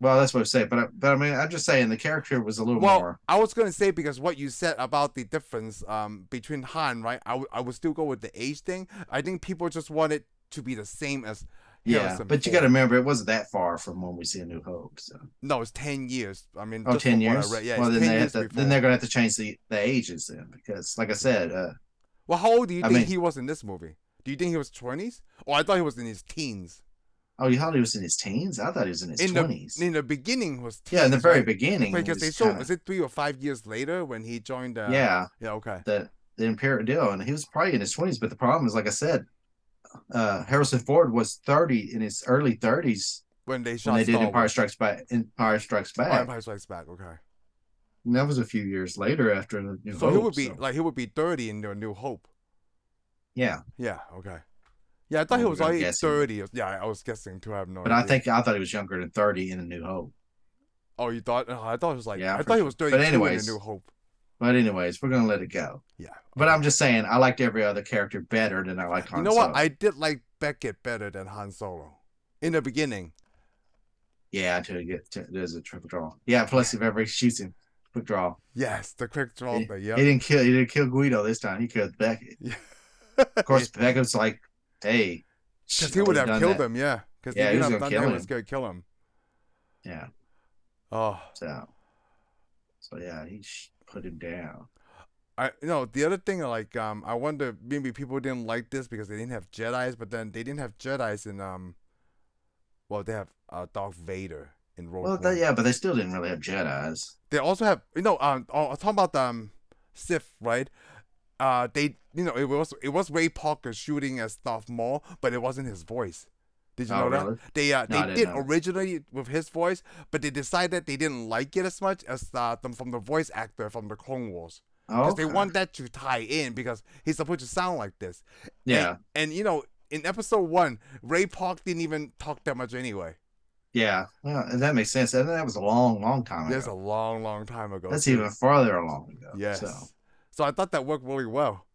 Speaker 2: Well, that's what I'm saying. But I, but I mean, I'm just saying the character was a little
Speaker 1: Well,
Speaker 2: more.
Speaker 1: I was gonna say because what you said about the difference um between Han, right? I would I would still go with the age thing. I think people just want it to be the same as
Speaker 2: Yeah,
Speaker 1: Harrison
Speaker 2: but you
Speaker 1: Ford.
Speaker 2: got to remember it wasn't that far from when we see a New Hope. So.
Speaker 1: no, it's ten years. I mean,
Speaker 2: Oh,
Speaker 1: just
Speaker 2: 10
Speaker 1: from what I
Speaker 2: years.
Speaker 1: read. Yeah,
Speaker 2: well,
Speaker 1: it's
Speaker 2: then
Speaker 1: 10
Speaker 2: they
Speaker 1: years
Speaker 2: have to,
Speaker 1: before.
Speaker 2: then they're gonna have to change the, the ages then because, like I said, uh,
Speaker 1: Well, how old do you
Speaker 2: I
Speaker 1: think
Speaker 2: mean-
Speaker 1: he was in this movie? Do you think he was twenties? Oh, I thought he was in his teens.
Speaker 2: oh, you thought he was in his teens? I thought he was in his
Speaker 1: In
Speaker 2: twenties.
Speaker 1: the in the beginning he was teens,
Speaker 2: Yeah, in the very
Speaker 1: right?
Speaker 2: beginning,
Speaker 1: because
Speaker 2: he
Speaker 1: they
Speaker 2: was
Speaker 1: showed
Speaker 2: kinda-
Speaker 1: was it three or five years later when he joined. Uh,
Speaker 2: yeah,
Speaker 1: Yeah. Okay.
Speaker 2: the the Imperial deal, and he was probably in his twenties. But the problem is, like I said, uh, Harrison Ford was thirty in his early thirties
Speaker 1: When they
Speaker 2: when
Speaker 1: shot
Speaker 2: they did
Speaker 1: Star
Speaker 2: Empire
Speaker 1: Wars.
Speaker 2: Strikes Back. Empire Strikes
Speaker 1: Oh,
Speaker 2: Back.
Speaker 1: Empire Strikes Back. Okay.
Speaker 2: And that was a few years later after the New
Speaker 1: so he
Speaker 2: Hope,
Speaker 1: would be
Speaker 2: so-
Speaker 1: like he would be thirty in the New Hope.
Speaker 2: yeah.
Speaker 1: Yeah. Okay. Yeah, I thought he
Speaker 2: Oh,
Speaker 1: was
Speaker 2: I'm
Speaker 1: already
Speaker 2: guessing.
Speaker 1: thirty. or- Yeah, I I was guessing too. I have no.
Speaker 2: But I
Speaker 1: idea.
Speaker 2: think I thought he was younger than thirty in a New Hope.
Speaker 1: Oh, you thought? Oh, I thought it was like.
Speaker 2: Yeah,
Speaker 1: I
Speaker 2: for
Speaker 1: thought he was
Speaker 2: But
Speaker 1: thirty-two
Speaker 2: anyways-
Speaker 1: in the New Hope.
Speaker 2: But anyways, we're gonna let it go.
Speaker 1: Yeah.
Speaker 2: But I'm just saying, I liked every other character better than I liked Han
Speaker 1: you know what?
Speaker 2: Solo.
Speaker 1: I did like Beckett better than Han Solo in the beginning.
Speaker 2: Yeah, until he get to, there's a triple draw. Yeah, plus if ever he shoots him, quick draw.
Speaker 1: Yes, the quick draw
Speaker 2: Yeah,
Speaker 1: thing.
Speaker 2: He
Speaker 1: Yeah.
Speaker 2: didn't kill. He didn't kill Guido this time. He killed Beckett.
Speaker 1: Yeah. [LAUGHS]
Speaker 2: Of course, Beckett's like, hey,
Speaker 1: Because he would have killed him, yeah. Because
Speaker 2: Yeah,
Speaker 1: he
Speaker 2: he
Speaker 1: would
Speaker 2: was
Speaker 1: have
Speaker 2: gonna
Speaker 1: done
Speaker 2: kill
Speaker 1: that, he was
Speaker 2: him.
Speaker 1: gonna kill him.
Speaker 2: Yeah.
Speaker 1: Oh,
Speaker 2: So, so yeah, he sh- put him down.
Speaker 1: I you know the other thing like um I wonder maybe people didn't like this because they didn't have Jedi's, but then they didn't have Jedi's in um, well they have uh Darth Vader in Rogue
Speaker 2: Well,
Speaker 1: One.
Speaker 2: th- yeah, but they still didn't really have Jedi's.
Speaker 1: They also have you know um oh, I was talking about um Sith right. Uh, they, you know, it was it was Ray Parker shooting at Darth Maul, but it wasn't his voice. Did you
Speaker 2: Oh,
Speaker 1: know that?
Speaker 2: really?
Speaker 1: They uh,
Speaker 2: No, I
Speaker 1: they
Speaker 2: didn't
Speaker 1: did
Speaker 2: know that.
Speaker 1: originally with his voice, but they decided they didn't like it as much as uh, them from the voice actor from the Clone Wars
Speaker 2: Oh,
Speaker 1: because they
Speaker 2: okay.
Speaker 1: want that to tie in because he's supposed to sound like this.
Speaker 2: Yeah,
Speaker 1: And, and you know, in Episode One, Ray Park didn't even talk that much anyway.
Speaker 2: yeah. Well, and that makes sense. And that was a long, long time
Speaker 1: That's
Speaker 2: ago.
Speaker 1: a long, long time ago.
Speaker 2: Oh, That's
Speaker 1: too.
Speaker 2: even farther along ago.
Speaker 1: Yes.
Speaker 2: So,
Speaker 1: So. I thought that worked really well,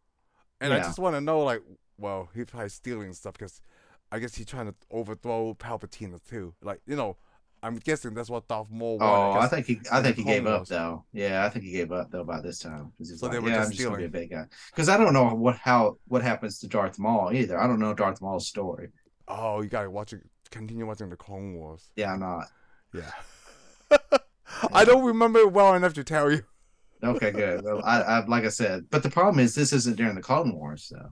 Speaker 1: and I
Speaker 2: Yeah.
Speaker 1: just want to know, like, well, he's probably stealing stuff because I guess he's trying to overthrow Palpatine too. Like, you know, I'm guessing that's what Darth Maul wanted.
Speaker 2: oh,
Speaker 1: 'cause-
Speaker 2: I think he, I
Speaker 1: in the
Speaker 2: think he gave
Speaker 1: Clone
Speaker 2: up
Speaker 1: Wars.
Speaker 2: though. Yeah, I think he gave up though by this time because he's
Speaker 1: So
Speaker 2: like,
Speaker 1: they were
Speaker 2: yeah,
Speaker 1: just
Speaker 2: I'm just gonna be a bad guy. Because I don't know what how what happens to Darth Maul either. I don't know Darth Maul's story.
Speaker 1: Oh, you gotta watch it. Continue watching the Clone Wars.
Speaker 2: Yeah, I'm not. [LAUGHS]
Speaker 1: Yeah. [LAUGHS] I don't remember it well enough to tell you.
Speaker 2: Okay, good. Well, I, I like I said, but the problem is this isn't during the Clone Wars though.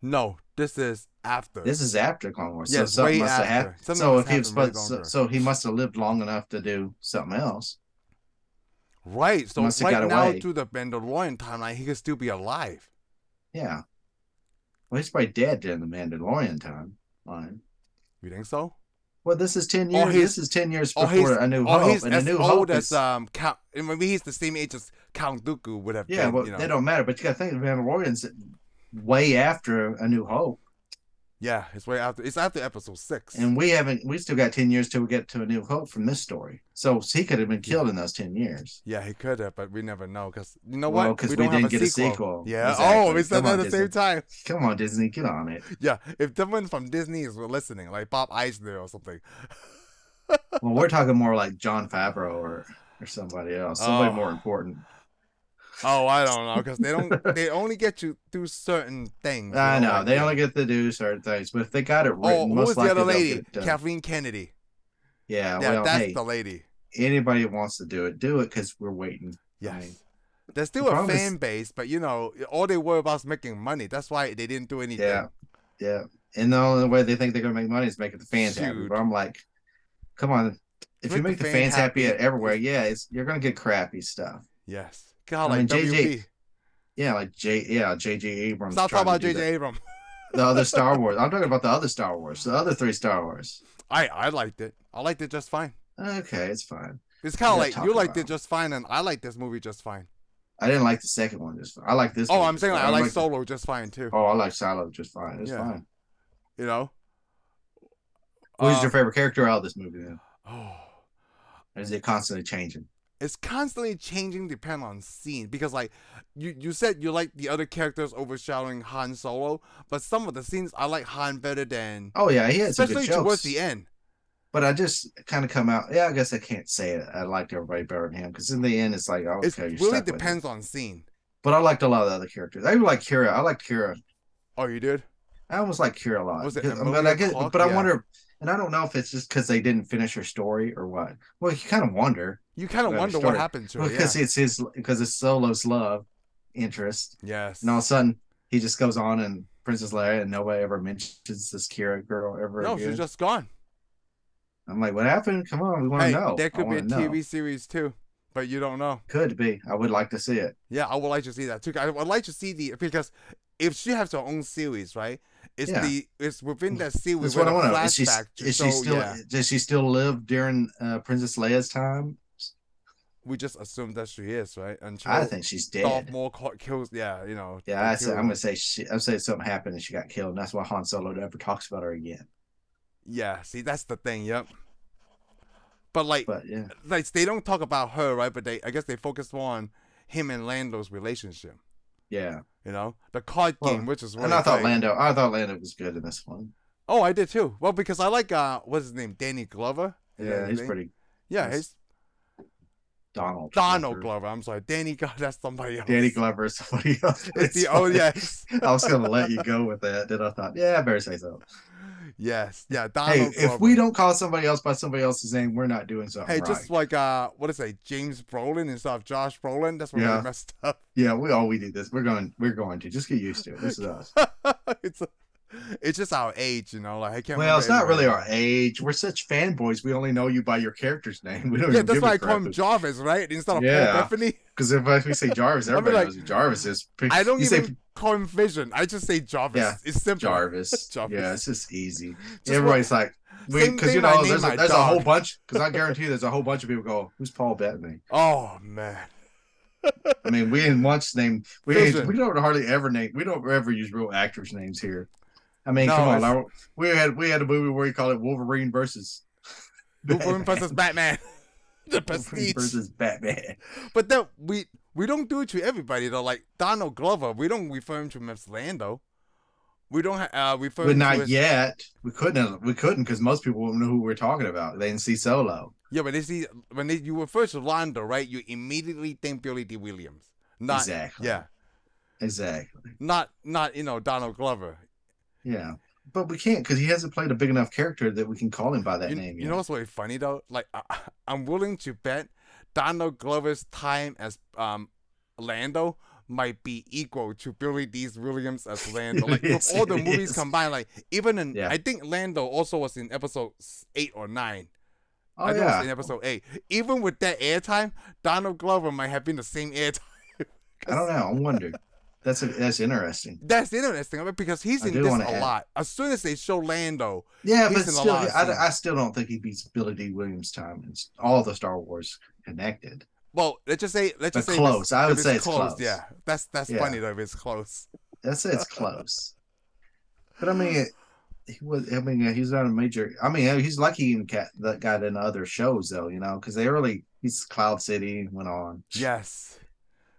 Speaker 1: No, this is after.
Speaker 2: This is after Clone Wars.
Speaker 1: Yes,
Speaker 2: so something
Speaker 1: way
Speaker 2: must have
Speaker 1: after.
Speaker 2: happened.
Speaker 1: Something
Speaker 2: So
Speaker 1: must
Speaker 2: if he was
Speaker 1: happen way
Speaker 2: supposed, so,
Speaker 1: longer.
Speaker 2: so he must have lived long enough to do something else.
Speaker 1: right. So
Speaker 2: Must have
Speaker 1: right
Speaker 2: got
Speaker 1: now,
Speaker 2: away.
Speaker 1: through the Mandalorian timeline, he could still be alive.
Speaker 2: Yeah. Well, he's probably dead during the Mandalorian time line.
Speaker 1: You think so?
Speaker 2: Well, this is ten years.
Speaker 1: he's-
Speaker 2: this is ten years
Speaker 1: oh, he's-
Speaker 2: before a new
Speaker 1: Oh,
Speaker 2: hope,
Speaker 1: he's
Speaker 2: and a
Speaker 1: as
Speaker 2: new
Speaker 1: old
Speaker 2: hope
Speaker 1: as
Speaker 2: is
Speaker 1: um Count. and Maybe he's the same age as Count Dooku would have
Speaker 2: Yeah,
Speaker 1: been.
Speaker 2: well,
Speaker 1: you know.
Speaker 2: they don't matter. But you got to think, the Mandalorian's way after A New Hope,
Speaker 1: Yeah, it's way after. It's after Episode Six.
Speaker 2: and we haven't. We still got ten years till we get to A New Hope from this story. So he could have been killed in those ten years.
Speaker 1: yeah, he could have, but we never know because you know
Speaker 2: Well,
Speaker 1: what?
Speaker 2: 'cause
Speaker 1: we
Speaker 2: we
Speaker 1: don't have
Speaker 2: didn't get
Speaker 1: a
Speaker 2: a
Speaker 1: sequel.
Speaker 2: sequel.
Speaker 1: Yeah. Oh,
Speaker 2: Exactly.
Speaker 1: we said
Speaker 2: Come
Speaker 1: that
Speaker 2: on,
Speaker 1: at the same
Speaker 2: Disney.
Speaker 1: time.
Speaker 2: Come on, Disney, get on it.
Speaker 1: [LAUGHS] Yeah, if someone from Disney is listening, like Bob Eisner or something.
Speaker 2: well, we're talking more like John Favreau or or somebody else, somebody
Speaker 1: Oh.
Speaker 2: more important.
Speaker 1: Oh, I don't know, because they don't. they only get you through certain things. you
Speaker 2: I know
Speaker 1: like
Speaker 2: they
Speaker 1: the-
Speaker 2: only get to do certain things, but if they got it
Speaker 1: Oh,
Speaker 2: written,
Speaker 1: who
Speaker 2: most
Speaker 1: was the
Speaker 2: likely
Speaker 1: other
Speaker 2: they'll get
Speaker 1: lady?
Speaker 2: it done.
Speaker 1: Kathleen Kennedy.
Speaker 2: yeah,
Speaker 1: yeah,
Speaker 2: well,
Speaker 1: that's
Speaker 2: hey,
Speaker 1: the lady.
Speaker 2: anybody who wants to do it, do it because we're waiting.
Speaker 1: Yes.
Speaker 2: mean,
Speaker 1: There's still
Speaker 2: the
Speaker 1: a
Speaker 2: problem is-
Speaker 1: fan base, but you know, all they worry about is making money. That's why they didn't do anything.
Speaker 2: Yeah. Yeah. And the only way they think they're gonna make money is making the fans happy.
Speaker 1: Shoot.
Speaker 2: But I'm like, come on. If you make the fans happy at everywhere, yeah, it's you're gonna get crappy stuff.
Speaker 1: Yes. God,
Speaker 2: I
Speaker 1: like E.
Speaker 2: mean, JJ
Speaker 1: WB.
Speaker 2: Yeah, like J yeah, JJ Abrams.
Speaker 1: Stop
Speaker 2: trying
Speaker 1: talking
Speaker 2: to
Speaker 1: about
Speaker 2: do
Speaker 1: JJ
Speaker 2: that.
Speaker 1: Abrams. [LAUGHS]
Speaker 2: The other Star Wars. I'm talking about the other Star Wars, the other three Star Wars.
Speaker 1: I I liked it. I liked it just fine.
Speaker 2: Okay, it's fine.
Speaker 1: It's kind of
Speaker 2: Yeah,
Speaker 1: like
Speaker 2: talk
Speaker 1: you liked
Speaker 2: about
Speaker 1: it
Speaker 2: it.
Speaker 1: just fine, and I liked this movie just fine.
Speaker 2: I didn't like the second one just fine. I like this
Speaker 1: Oh,
Speaker 2: one.
Speaker 1: I'm
Speaker 2: just
Speaker 1: saying like,
Speaker 2: fine.
Speaker 1: I like
Speaker 2: like-
Speaker 1: Solo just fine too.
Speaker 2: Oh, I like Silo just fine. It's
Speaker 1: Yeah.
Speaker 2: fine.
Speaker 1: You know.
Speaker 2: Who's
Speaker 1: Uh,
Speaker 2: your favorite character out of this movie then?
Speaker 1: Oh,
Speaker 2: Or Is it constantly changing?
Speaker 1: it's constantly changing depending on scene because like you you said you like the other characters overshadowing Han Solo, but some of the scenes I like Han better than
Speaker 2: Oh yeah, he had some good
Speaker 1: especially
Speaker 2: jokes.
Speaker 1: towards the end.
Speaker 2: but I just kind of come out. Yeah, I guess I can't say it. I liked everybody better than him because in the end, it's like oh,
Speaker 1: It's
Speaker 2: okay,
Speaker 1: it
Speaker 2: you're
Speaker 1: really
Speaker 2: stuck with it.
Speaker 1: depends on scene.
Speaker 2: But I liked a lot of the other characters. I even like Kira. I liked Kira.
Speaker 1: Oh, you did?
Speaker 2: I almost like Kira a lot.
Speaker 1: Was it
Speaker 2: because- but I
Speaker 1: Emilia
Speaker 2: guess,
Speaker 1: Clarke?
Speaker 2: but I
Speaker 1: Yeah.
Speaker 2: wonder, and I don't know if it's just because they didn't finish her story or what. Well, you kind of wonder
Speaker 1: You kind of
Speaker 2: Better
Speaker 1: wonder what
Speaker 2: story.
Speaker 1: happened to her. Yeah.
Speaker 2: because it's his because it's Solo's love interest,
Speaker 1: yes.
Speaker 2: and all of a sudden he just goes on and Princess Leia, and nobody ever mentions this Kira girl ever
Speaker 1: no,
Speaker 2: again.
Speaker 1: she's just gone.
Speaker 2: I'm like, what happened? Come on, we want to
Speaker 1: Hey,
Speaker 2: know.
Speaker 1: there
Speaker 2: I
Speaker 1: could be a
Speaker 2: wanna know.
Speaker 1: TV series too, but you don't know.
Speaker 2: Could be. I would like to see it.
Speaker 1: Yeah, I would like to see that too. I would like to see the because if she has her own series, right? It's
Speaker 2: Yeah.
Speaker 1: the it's within that series
Speaker 2: That's
Speaker 1: with a
Speaker 2: what I want to know. Is she,
Speaker 1: flashback. to
Speaker 2: is
Speaker 1: show,
Speaker 2: she still?
Speaker 1: yeah,
Speaker 2: Does she still live during uh, Princess Leia's time?
Speaker 1: we just assume that she is right until
Speaker 2: I think she's dead.
Speaker 1: Darth Maul ca- kills. Yeah, you know.
Speaker 2: Yeah,
Speaker 1: they
Speaker 2: I say,
Speaker 1: kill
Speaker 2: I'm
Speaker 1: her.
Speaker 2: gonna say she, I'm saying something happened and she got killed, and that's why Han Solo never talks about her again.
Speaker 1: Yeah, see, that's the thing. Yep. But like,
Speaker 2: But yeah,
Speaker 1: like they don't talk about her, right? But they, I guess, they focus more on him and Lando's relationship.
Speaker 2: yeah.
Speaker 1: You know, the card
Speaker 2: Well,
Speaker 1: game, which is
Speaker 2: and
Speaker 1: really
Speaker 2: I thought
Speaker 1: great.
Speaker 2: Lando, I thought Lando was good in this one.
Speaker 1: Oh, I did too. Well, because I like uh, what's his name, Danny Glover. Is that
Speaker 2: Yeah,
Speaker 1: his
Speaker 2: he's
Speaker 1: name?
Speaker 2: pretty.
Speaker 1: Yeah,
Speaker 2: he's-
Speaker 1: he's
Speaker 2: Donald.
Speaker 1: Donald
Speaker 2: Glover.
Speaker 1: Glover. I'm sorry, Danny Glover. [LAUGHS] That's somebody else.
Speaker 2: Danny Glover is somebody [LAUGHS] else.
Speaker 1: It's the oh
Speaker 2: funny.
Speaker 1: yes,
Speaker 2: [LAUGHS] I was gonna let you go with that. Then I thought, yeah, I better say so.
Speaker 1: yes, yeah.
Speaker 2: Hey,
Speaker 1: Donald Glover.
Speaker 2: if we don't call somebody else by somebody else's name, we're not doing something
Speaker 1: hey,
Speaker 2: right.
Speaker 1: just like uh, what is it, James Brolin instead of Josh Brolin? That's what
Speaker 2: Yeah.
Speaker 1: we messed up.
Speaker 2: Yeah, we all we do this. We're going. We're going to just get used to it. This is us.
Speaker 1: [LAUGHS] it's it's just our age, you know. Like I can't.
Speaker 2: Well,
Speaker 1: remember
Speaker 2: it's not really
Speaker 1: everybody.
Speaker 2: our age. We're such fanboys. We only know you by your character's name. [LAUGHS] We don't.
Speaker 1: Yeah,
Speaker 2: even
Speaker 1: that's
Speaker 2: give
Speaker 1: why
Speaker 2: a
Speaker 1: I call
Speaker 2: crap
Speaker 1: him Jarvis, right? Instead of
Speaker 2: Yeah.
Speaker 1: Paul Bethany.
Speaker 2: Because if
Speaker 1: [LAUGHS]
Speaker 2: we say Jarvis,
Speaker 1: I'll be
Speaker 2: everybody
Speaker 1: like,
Speaker 2: knows who Jarvis is. P-
Speaker 1: I don't
Speaker 2: you
Speaker 1: even
Speaker 2: say
Speaker 1: call him Vision. I just say Jarvis.
Speaker 2: Yeah,
Speaker 1: It's [LAUGHS] simple.
Speaker 2: Jarvis.
Speaker 1: Jarvis.
Speaker 2: Yeah, it's just easy.
Speaker 1: Just what-
Speaker 2: Everybody's like,
Speaker 1: Same
Speaker 2: because you
Speaker 1: thing I
Speaker 2: know,
Speaker 1: named
Speaker 2: there's,
Speaker 1: my
Speaker 2: a, there's a whole
Speaker 1: dog.
Speaker 2: bunch. Because I guarantee you, there's a whole bunch of people go, "Who's Paul Bettany?"
Speaker 1: Oh man.
Speaker 2: I mean, we didn't once name we
Speaker 1: Vision.
Speaker 2: we don't hardly ever name we don't ever use real actors' names here. I mean,
Speaker 1: No,
Speaker 2: come on,
Speaker 1: it's-
Speaker 2: Laura. we had we had a movie where we called it Wolverine versus [LAUGHS]
Speaker 1: Wolverine versus Batman. [LAUGHS] the
Speaker 2: Wolverine
Speaker 1: prestige.
Speaker 2: versus Batman.
Speaker 1: But then we we don't do it to everybody though. Like Donald Glover, we don't refer him to him as Lando. We don't ha- uh, refer
Speaker 2: But
Speaker 1: him to
Speaker 2: not
Speaker 1: his-
Speaker 2: yet. We couldn't. We couldn't because most people wouldn't know who we're talking about. They didn't see Solo.
Speaker 1: Yeah, but they see when they, you refer to Lando, right? You immediately think Billy D. Williams, not
Speaker 2: exactly.
Speaker 1: yeah,
Speaker 2: Exactly.
Speaker 1: not not you know Donald Glover.
Speaker 2: Yeah, but we can't because he hasn't played a big enough character that we can call him by that
Speaker 1: you,
Speaker 2: name.
Speaker 1: you know what's really funny though? Like I, I'm willing to bet Donald Glover's time as um Lando might be equal to Billy D. Williams as Lando.
Speaker 2: [LAUGHS]
Speaker 1: Like
Speaker 2: It
Speaker 1: with
Speaker 2: is,
Speaker 1: all the
Speaker 2: it
Speaker 1: movies
Speaker 2: is.
Speaker 1: combined, like even in
Speaker 2: Yeah.
Speaker 1: I think Lando also was in episode s- eight or nine.
Speaker 2: Oh
Speaker 1: I think it was in
Speaker 2: yeah,
Speaker 1: episode eight. Even with that airtime, Donald Glover might have been the same airtime.
Speaker 2: I don't know. I wondered. That's a, that's interesting.
Speaker 1: That's interesting I mean, because he's
Speaker 2: I
Speaker 1: in
Speaker 2: do
Speaker 1: this
Speaker 2: wanna
Speaker 1: a
Speaker 2: add-
Speaker 1: lot. As soon as they show Lando,
Speaker 2: Yeah,
Speaker 1: He's
Speaker 2: but
Speaker 1: in a
Speaker 2: still,
Speaker 1: lot of scenes.
Speaker 2: I, I still don't think he beats Billy D. Williams' time. It's all the Star Wars connected.
Speaker 1: well, let's just say let's just
Speaker 2: But
Speaker 1: say if
Speaker 2: close. I
Speaker 1: if
Speaker 2: would say it's close.
Speaker 1: Yeah, that's that's
Speaker 2: Yeah.
Speaker 1: funny though. If it's close.
Speaker 2: That's it's close. But I mean, it, he was. I mean, he's not a major. I mean, he's lucky he even got that got in other shows though. You know, because they really he's Cloud City went on
Speaker 1: Yes.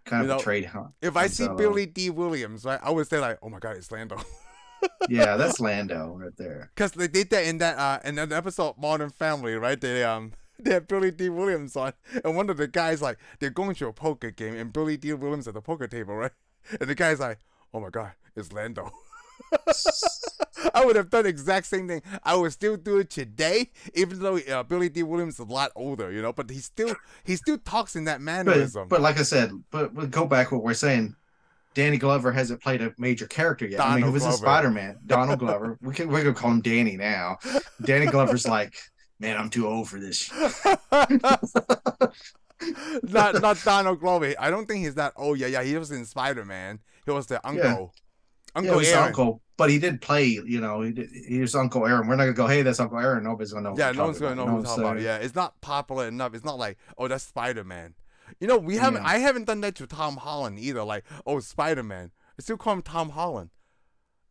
Speaker 2: kind
Speaker 1: You
Speaker 2: of
Speaker 1: know,
Speaker 2: betrayed him.
Speaker 1: If I
Speaker 2: And
Speaker 1: see
Speaker 2: so-
Speaker 1: Billy D. Williams, right, I would say like, oh my god, it's Lando, [LAUGHS]
Speaker 2: Yeah, that's Lando right there.
Speaker 1: because they did that in that uh in an episode Modern Family, right? They um. [LAUGHS] They had Billy D. Williams on, and one of the guys like they're going to a poker game, and Billy D. Williams at the poker table, right? And the guy's like, "Oh my God, it's Lando." [LAUGHS] I would have done the exact same thing. I would still do it today, even though uh, Billy D. Williams is a lot older, you know. But he still he still talks in that
Speaker 2: But, [LAUGHS]
Speaker 1: mannerism.
Speaker 2: but like I said, but we'll go back what we're saying. Danny Glover hasn't played a major character yet. I mean,
Speaker 1: Donald
Speaker 2: who was in
Speaker 1: Glover.
Speaker 2: Spider Man? Donald Glover. We can, we're gonna call him Danny now. Danny Glover's like, man, I'm too old for this.
Speaker 1: not not Donald Glover. I don't think he's that old. Yeah, yeah. He was in Spider Man. He was the uncle.
Speaker 2: Yeah, it
Speaker 1: Uncle
Speaker 2: was
Speaker 1: Aaron.
Speaker 2: Uncle, but he did play. You know, he, did, he was Uncle Aaron. We're not gonna go, hey, that's Uncle Aaron. Nobody's gonna know. what
Speaker 1: Yeah,
Speaker 2: we're
Speaker 1: no one's gonna
Speaker 2: talking
Speaker 1: know who we're talking
Speaker 2: what
Speaker 1: about.
Speaker 2: I'm
Speaker 1: Yeah, it's not popular enough. It's not like, oh, that's Spider Man. You know, we haven't.
Speaker 2: Yeah.
Speaker 1: I haven't done that to Tom Holland either. Like, oh, Spider Man. I still call him Tom Holland.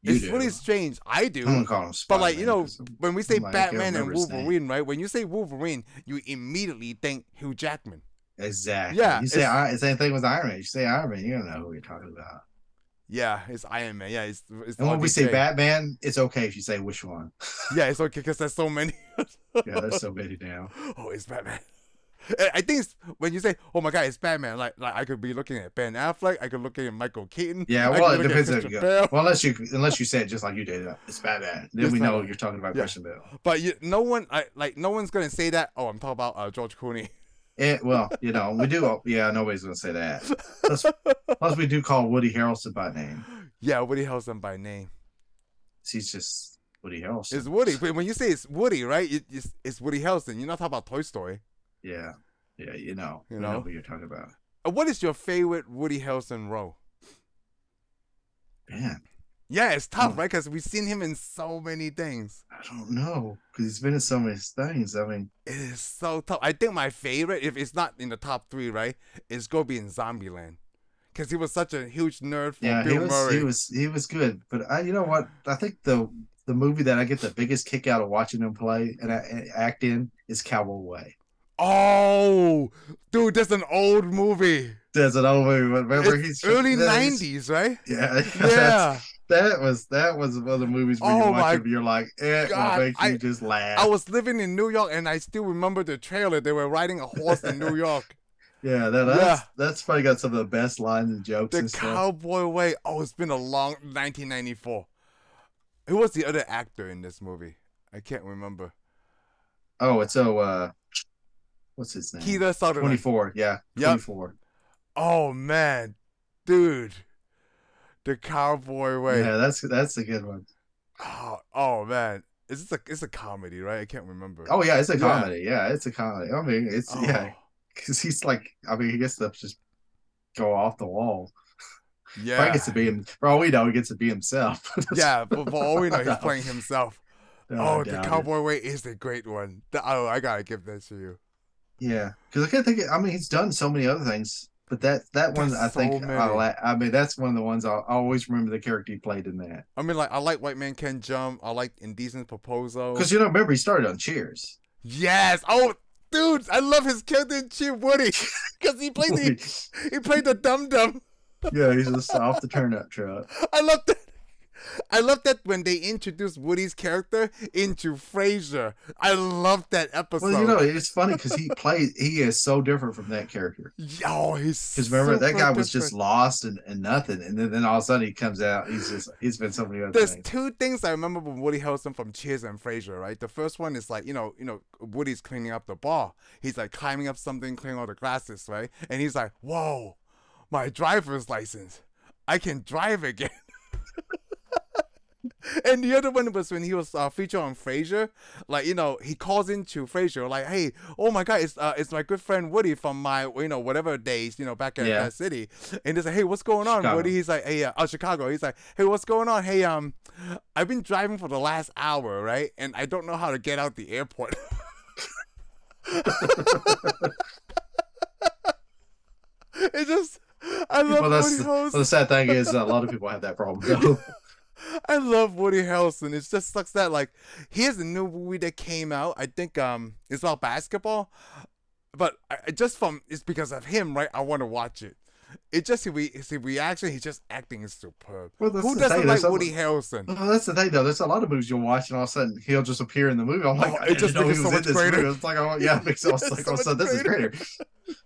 Speaker 2: saying? You
Speaker 1: it's
Speaker 2: do. Hmm.
Speaker 1: really strange. I do.
Speaker 2: I'm gonna call him.
Speaker 1: But like you
Speaker 2: Spider-Man
Speaker 1: know,
Speaker 2: 'cause-
Speaker 1: when we say
Speaker 2: like, I can't
Speaker 1: Batman and
Speaker 2: remember his name.
Speaker 1: Wolverine, right? When you say Wolverine, you immediately think Hugh Jackman.
Speaker 2: Exactly.
Speaker 1: Yeah,
Speaker 2: You say
Speaker 1: it's-
Speaker 2: I, same thing with Iron Man. You say Iron Man, you don't know who you're talking about.
Speaker 1: Yeah, it's Iron Man. Yeah, it's, it's
Speaker 2: And when we say
Speaker 1: RDJ.
Speaker 2: Batman, it's okay if you say which one.
Speaker 1: Yeah, it's okay because there's so many. [LAUGHS]
Speaker 2: Yeah, there's so many now.
Speaker 1: oh, it's Batman. [LAUGHS] I- I think it's, when you say, "Oh my God, it's Batman," like like I could be looking at Ben Affleck, I could look at Michael Keaton. [LAUGHS]
Speaker 2: Yeah,
Speaker 1: I could
Speaker 2: well, it
Speaker 1: look at
Speaker 2: depends if
Speaker 1: Christian
Speaker 2: you go-
Speaker 1: Bale.
Speaker 2: Well, unless you unless you say it just like you did, uh, it's Batman. Then
Speaker 1: It's
Speaker 2: we know
Speaker 1: Batman.
Speaker 2: you're talking about
Speaker 1: Yeah.
Speaker 2: Christian Bale.
Speaker 1: But you, no one, I, like no one's gonna say that. Oh, I'm talking about uh, George Clooney. [LAUGHS]
Speaker 2: Eh, well, you know, we do. Yeah, nobody's gonna say that.
Speaker 1: [LAUGHS]
Speaker 2: Plus, plus we do call Woody Harrelson by name.
Speaker 1: yeah, Woody Harrelson by name.
Speaker 2: He's just Woody Harrelson.
Speaker 1: It's Woody. But when you say it's Woody, right? It, it's, it's Woody Harrelson. You're not talking about Toy Story.
Speaker 2: yeah, yeah. You know,
Speaker 1: You
Speaker 2: you know,
Speaker 1: know?
Speaker 2: who you're talking about.
Speaker 1: Uh, What is your favorite Woody Harrelson role?
Speaker 2: Man,
Speaker 1: Yeah, it's tough,
Speaker 2: Hmm.
Speaker 1: right? Because we've seen him in so many things.
Speaker 2: I don't know because he's been in so many things. I mean,
Speaker 1: It is so tough. I think my favorite, if it's not in the top three, right, is gonna be in Zombieland, because he was such a huge nerd for
Speaker 2: yeah,
Speaker 1: Bill
Speaker 2: he was
Speaker 1: Murray.
Speaker 2: he was he was good. But I, you know what? I think the the movie that I get the biggest kick out of watching him play and, I, and act in is Cowboy Way.
Speaker 1: oh, dude, that's an old movie.
Speaker 2: That's an old movie. Remember,
Speaker 1: It's
Speaker 2: he's
Speaker 1: early
Speaker 2: yeah, he's-
Speaker 1: '90s, right?
Speaker 2: Yeah, [LAUGHS] that's-
Speaker 1: Yeah.
Speaker 2: That was that was one of the movies where
Speaker 1: Oh
Speaker 2: you
Speaker 1: my
Speaker 2: watch it and you're like, "Eh, it
Speaker 1: God,
Speaker 2: will make you
Speaker 1: I-
Speaker 2: just laugh.
Speaker 1: I was living in New York, and I still remember the trailer. They were riding a horse in New York.
Speaker 2: yeah, that,
Speaker 1: Yeah.
Speaker 2: that's that's probably got some of the best lines and jokes
Speaker 1: The
Speaker 2: and stuff.
Speaker 1: Cowboy Way. Oh, it's been a long 1994. Who was the other actor in this movie? I can't remember.
Speaker 2: Oh, it's so uh, what's his name?
Speaker 1: Keita Sutherland.
Speaker 2: Twenty four. Yeah,
Speaker 1: Yep.
Speaker 2: twenty four.
Speaker 1: Oh man, dude, the Cowboy Way.
Speaker 2: Yeah, that's that's a good one.
Speaker 1: Oh, oh man, is this a it's a comedy, right? I can't remember.
Speaker 2: Oh yeah, it's a
Speaker 1: Yeah. Oh.
Speaker 2: comedy. Yeah, it's a comedy. I mean, it's yeah. 'Cause yeah, because he's like, I mean, he gets to just go off the wall.
Speaker 1: yeah,
Speaker 2: Frank [LAUGHS] gets to be him. For all we know, he gets to be himself. [LAUGHS]
Speaker 1: yeah. But for all we know, he's
Speaker 2: No. [LAUGHS]
Speaker 1: playing himself.
Speaker 2: No,
Speaker 1: Oh,
Speaker 2: I
Speaker 1: the
Speaker 2: doubt it.
Speaker 1: Cowboy Way is a great one. Th- Oh, I gotta give that to you.
Speaker 2: Yeah, because I can't think. Of, I mean, he's done so many other things, but that that one
Speaker 1: There's
Speaker 2: I think
Speaker 1: so
Speaker 2: I
Speaker 1: many.
Speaker 2: la- I mean, that's one of the ones I'll, I always remember the character he played in that.
Speaker 1: I mean, like I like White Man Can Jump. I like Indecent Proposal.
Speaker 2: Because you know, remember he started on Cheers.
Speaker 1: Yes. Oh, dude, I love his character in Chief Woody [LAUGHS] because he played the
Speaker 2: [LAUGHS] yeah,
Speaker 1: he played the dum dum. [LAUGHS]
Speaker 2: he's just off the turnip truck.
Speaker 1: I love that. I love that when they introduced Woody's character into Frasier. I love that episode.
Speaker 2: Well, you know, it's funny because he plays. He is so different from that character.
Speaker 1: oh, he's
Speaker 2: Because remember, that
Speaker 1: super
Speaker 2: guy was just
Speaker 1: different.
Speaker 2: lost and, and nothing, and then, then all of a sudden he comes out. He's just he's been so many other
Speaker 1: There's
Speaker 2: things.
Speaker 1: two things I remember from Woody Harrelson from Cheers and Frasier, right? The first one is like, you know, you know, Woody's cleaning up the bar. He's like climbing up something, cleaning all the glasses, right? And he's like, "Whoa, my driver's license! I can drive again." [LAUGHS] and the other one was when he was uh, featured on Frasier, like you know, he calls into Frasier, like, "Hey, oh my God, it's uh, it's my good friend Woody from my you know whatever days, you know, back at
Speaker 2: Yeah.
Speaker 1: that city." And they say, "Hey, what's going on,
Speaker 2: Chicago.
Speaker 1: Woody?" He's like, "Hey, uh, oh, Chicago." He's like, "Hey, what's going on? Hey, um, I've been driving for the last hour, right? And I don't know how to get out the airport." [LAUGHS] it just, I love
Speaker 2: Well,
Speaker 1: Woody
Speaker 2: that's well,
Speaker 1: Harrelson.
Speaker 2: the sad thing is a lot of people have that
Speaker 1: [LAUGHS]
Speaker 2: problem. though. [LAUGHS]
Speaker 1: I love Woody Harrelson. It just sucks that like here's a new movie that came out. I think um it's about basketball, but I, I- just from it's because of him, right? I want to watch it. It just his, re- his reaction. He's just acting is superb.
Speaker 2: Well, that's
Speaker 1: Who
Speaker 2: the thing,
Speaker 1: doesn't like
Speaker 2: there's so-
Speaker 1: Woody Harrelson?
Speaker 2: [LAUGHS] Well, that's the thing, though. There's a lot of movies you'll watch, and all of a sudden he'll just appear in the movie. I'm like,
Speaker 1: Oh,
Speaker 2: I
Speaker 1: it
Speaker 2: didn't
Speaker 1: just
Speaker 2: know he
Speaker 1: makes it so
Speaker 2: was in
Speaker 1: much
Speaker 2: this
Speaker 1: greater.
Speaker 2: movie. It's like, oh
Speaker 1: [LAUGHS]
Speaker 2: yeah, it makes I was
Speaker 1: It's
Speaker 2: like,
Speaker 1: so
Speaker 2: oh,
Speaker 1: much
Speaker 2: so this is
Speaker 1: greater.
Speaker 2: greater. [LAUGHS]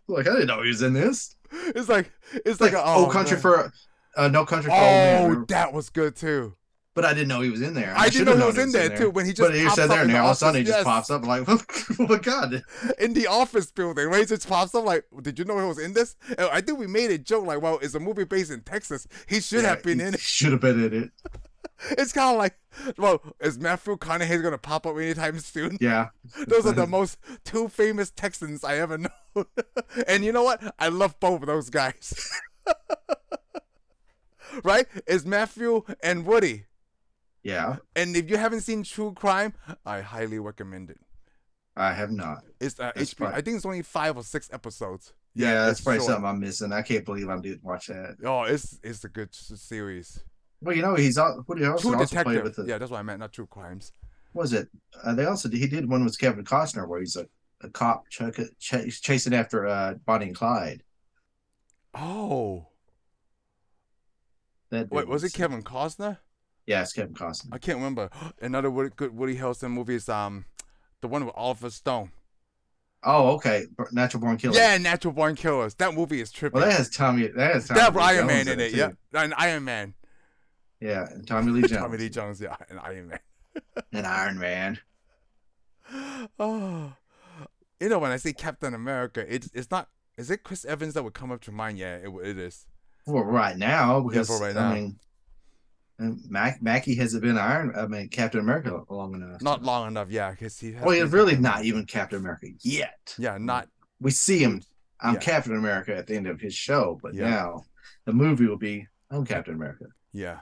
Speaker 2: like, I didn't know he was in this.
Speaker 1: [LAUGHS] It's like it's
Speaker 2: Like,
Speaker 1: like,
Speaker 2: oh,
Speaker 1: oh,
Speaker 2: country
Speaker 1: man.
Speaker 2: for, uh, no country for old men.
Speaker 1: Oh,
Speaker 2: remember?
Speaker 1: that was good too.
Speaker 2: But I didn't know he was in there.
Speaker 1: I, didn't
Speaker 2: should've
Speaker 1: know he
Speaker 2: known
Speaker 1: was in there too when he just
Speaker 2: But he
Speaker 1: pops
Speaker 2: was in
Speaker 1: up
Speaker 2: there,
Speaker 1: in
Speaker 2: and
Speaker 1: the
Speaker 2: all of a
Speaker 1: office.
Speaker 2: sudden he just
Speaker 1: Yes.
Speaker 2: pops up. like, [LAUGHS] oh my god.
Speaker 1: in the office building, right? It just pops up like, did you know he was in this? And I think we made a joke like, well, it's a movie based in Texas. He should have been in it.
Speaker 2: Should have been in it.
Speaker 1: It's kind of like, well, is Matthew Conaughey going to pop up anytime [LAUGHS] soon?
Speaker 2: Yeah.
Speaker 1: [LAUGHS] Those are the most two famous Texans I ever [LAUGHS] know. and you know what? I love both of those guys. [LAUGHS] right? It's Matthew and Woody.
Speaker 2: Yeah,
Speaker 1: And if you haven't seen True Crime, I highly recommend it.
Speaker 2: I have not.
Speaker 1: It's uh,
Speaker 2: That's
Speaker 1: HBO.
Speaker 2: right.
Speaker 1: I think it's only five or six episodes.
Speaker 2: Yeah, that's
Speaker 1: it's
Speaker 2: probably
Speaker 1: short.
Speaker 2: something I'm missing. I can't believe I didn't watch that.
Speaker 1: Oh, it's it's a good s- series.
Speaker 2: Well, you know, he's all, Woody
Speaker 1: True
Speaker 2: Harrelson also played
Speaker 1: Detective.
Speaker 2: with the
Speaker 1: Yeah, that's what I meant. Not True Crimes.
Speaker 2: what was it? Uh, they also did- he did one with Kevin Costner where he's a a cop ch- ch- chasing after uh, Bonnie and Clyde.
Speaker 1: Oh,
Speaker 2: That
Speaker 1: wait,
Speaker 2: dude
Speaker 1: was it Kevin Costner?
Speaker 2: Yeah, it's Kevin Costner.
Speaker 1: I can't remember. [GASPS] Another Woody, good Woody Harrelson movie is um, the one with Oliver Stone.
Speaker 2: Oh, okay, B- Natural Born Killer.
Speaker 1: Yeah, Natural Born Killers. That movie is trippy.
Speaker 2: Well, that has Tommy. That has Tommy
Speaker 1: that
Speaker 2: Lee
Speaker 1: Iron
Speaker 2: Jones
Speaker 1: Man in it.
Speaker 2: too.
Speaker 1: Yeah, and Iron Man.
Speaker 2: Yeah, and Tommy Lee
Speaker 1: [LAUGHS]
Speaker 2: Jones.
Speaker 1: Tommy Lee Jones. Yeah, and Iron Man.
Speaker 2: and Iron Man.
Speaker 1: Oh, [SIGHS] you know when I say Captain America, it's it's not. Is it Chris Evans that would come up to mind? Yeah, it, it is.
Speaker 2: Well, right now
Speaker 1: for
Speaker 2: because
Speaker 1: right now.
Speaker 2: I mean, and Mac Mackie hasn't been Iron. I mean, Captain America long enough.
Speaker 1: Not long enough. Yeah, because he. Has
Speaker 2: Well, he's
Speaker 1: been-
Speaker 2: really not even Captain America yet.
Speaker 1: Yeah, not.
Speaker 2: We see him. I'm
Speaker 1: Yeah.
Speaker 2: Captain America at the end of his show, but
Speaker 1: Yeah.
Speaker 2: now the movie will be I'm Captain America.
Speaker 1: Yeah.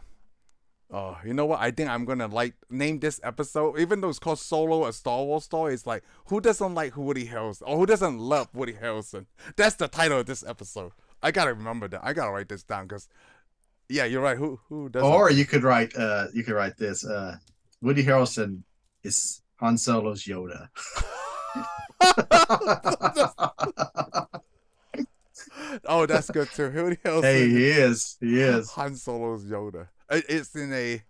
Speaker 1: Oh, you know what? I think I'm gonna like name this episode, even though it's called Solo a Star Wars story. It's like who doesn't like Woody Harrelson or who doesn't love Woody Harrelson? That's the title of this episode. I gotta remember that. I gotta write this down because, yeah, you're right. Who who doesn't?
Speaker 2: Or you could write uh you could write this uh Woody Harrelson is Han Solo's
Speaker 1: [LAUGHS]
Speaker 2: Yoda. [LAUGHS]
Speaker 1: oh, that's good too. [LAUGHS] Woody Harrelson.
Speaker 2: hey, he is. He
Speaker 1: [LAUGHS]
Speaker 2: is.
Speaker 1: Han Solo's Yoda. It- It's in a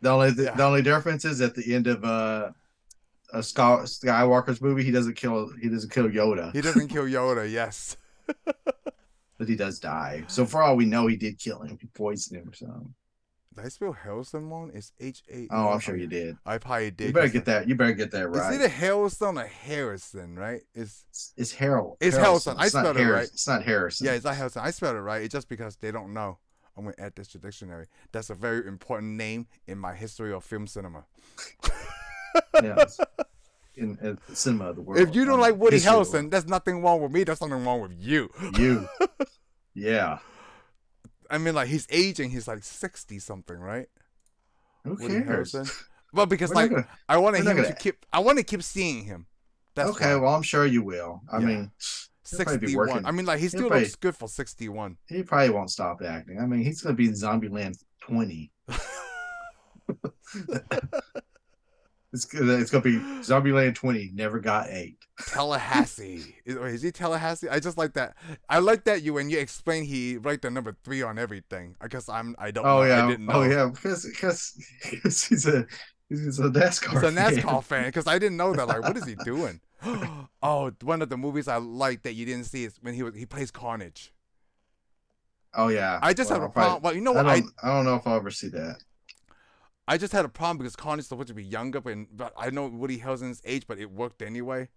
Speaker 2: The only the,
Speaker 1: Yeah.
Speaker 2: only difference is at the end of uh a Sky, Skywalker's movie, he doesn't kill he doesn't kill Yoda,
Speaker 1: he doesn't kill Yoda. Yes.
Speaker 2: but he does die. So for all we know, he did kill him. He poisoned him or something.
Speaker 1: Did I spell Harrelson wrong? It's H A. E
Speaker 2: Oh, I'm sure you did.
Speaker 1: I probably did.
Speaker 2: You better
Speaker 1: 'cause
Speaker 2: get that. You better get that
Speaker 1: It's
Speaker 2: right.
Speaker 1: either Harrelson or Harrison, right? It's
Speaker 2: It's, it's Harold.
Speaker 1: It's Harrelson. I
Speaker 2: It's not
Speaker 1: spelled it
Speaker 2: Harris.
Speaker 1: right.
Speaker 2: It's not Harrison.
Speaker 1: yeah, it's not Harrelson. I spelled it right. It's just because they don't know. I'm gonna add this to dictionary. That's a very important name in my history of film cinema.
Speaker 2: [LAUGHS] yeah. it's In, in the cinema of the world.
Speaker 1: if you don't
Speaker 2: Um,
Speaker 1: like Woody
Speaker 2: history of the
Speaker 1: Harrelson, there's nothing wrong with me. There's something wrong with you. [LAUGHS]
Speaker 2: world. you. Yeah.
Speaker 1: I mean, like he's aging. He's like sixty something, right?
Speaker 2: Who
Speaker 1: Woody
Speaker 2: cares? [LAUGHS]
Speaker 1: Harrelson. But because
Speaker 2: We're not
Speaker 1: like
Speaker 2: gonna-
Speaker 1: I want
Speaker 2: we're
Speaker 1: to
Speaker 2: not
Speaker 1: him to
Speaker 2: gonna-
Speaker 1: keep. I want to keep seeing him. That's
Speaker 2: okay.
Speaker 1: why.
Speaker 2: Well, I'm sure you will. I
Speaker 1: Yeah.
Speaker 2: mean, he'll probably be
Speaker 1: sixty-one.
Speaker 2: working.
Speaker 1: I mean, like he still
Speaker 2: probably-
Speaker 1: looks good for sixty-one. [LAUGHS]
Speaker 2: he probably won't stop acting. I mean, he's gonna be in Zombieland 20. It's gonna, it's gonna be Zombieland 20. Never got eight.
Speaker 1: Tallahassee. Is, wait, is he Tallahassee? I just like that. I like that you when you explain he write the number three on everything. I guess I'm I don't. know.
Speaker 2: Oh yeah.
Speaker 1: I didn't know.
Speaker 2: Oh yeah. Because because because he's a he's a NASCAR.
Speaker 1: He's a
Speaker 2: fan.
Speaker 1: NASCAR fan because I didn't know that. Like, what is
Speaker 2: [LAUGHS]
Speaker 1: he doing? [GASPS] oh, one of the movies I like that you didn't see is when he was he plays Carnage.
Speaker 2: Oh yeah.
Speaker 1: I just
Speaker 2: Well,
Speaker 1: have a
Speaker 2: I'll probably-
Speaker 1: problem. Well, you know
Speaker 2: I
Speaker 1: what? I,
Speaker 2: don't, I don't know if I'll ever see that.
Speaker 1: I just had a problem because Carnage is supposed to be younger, but, but I know Woody Harrelson's age, but it worked anyway.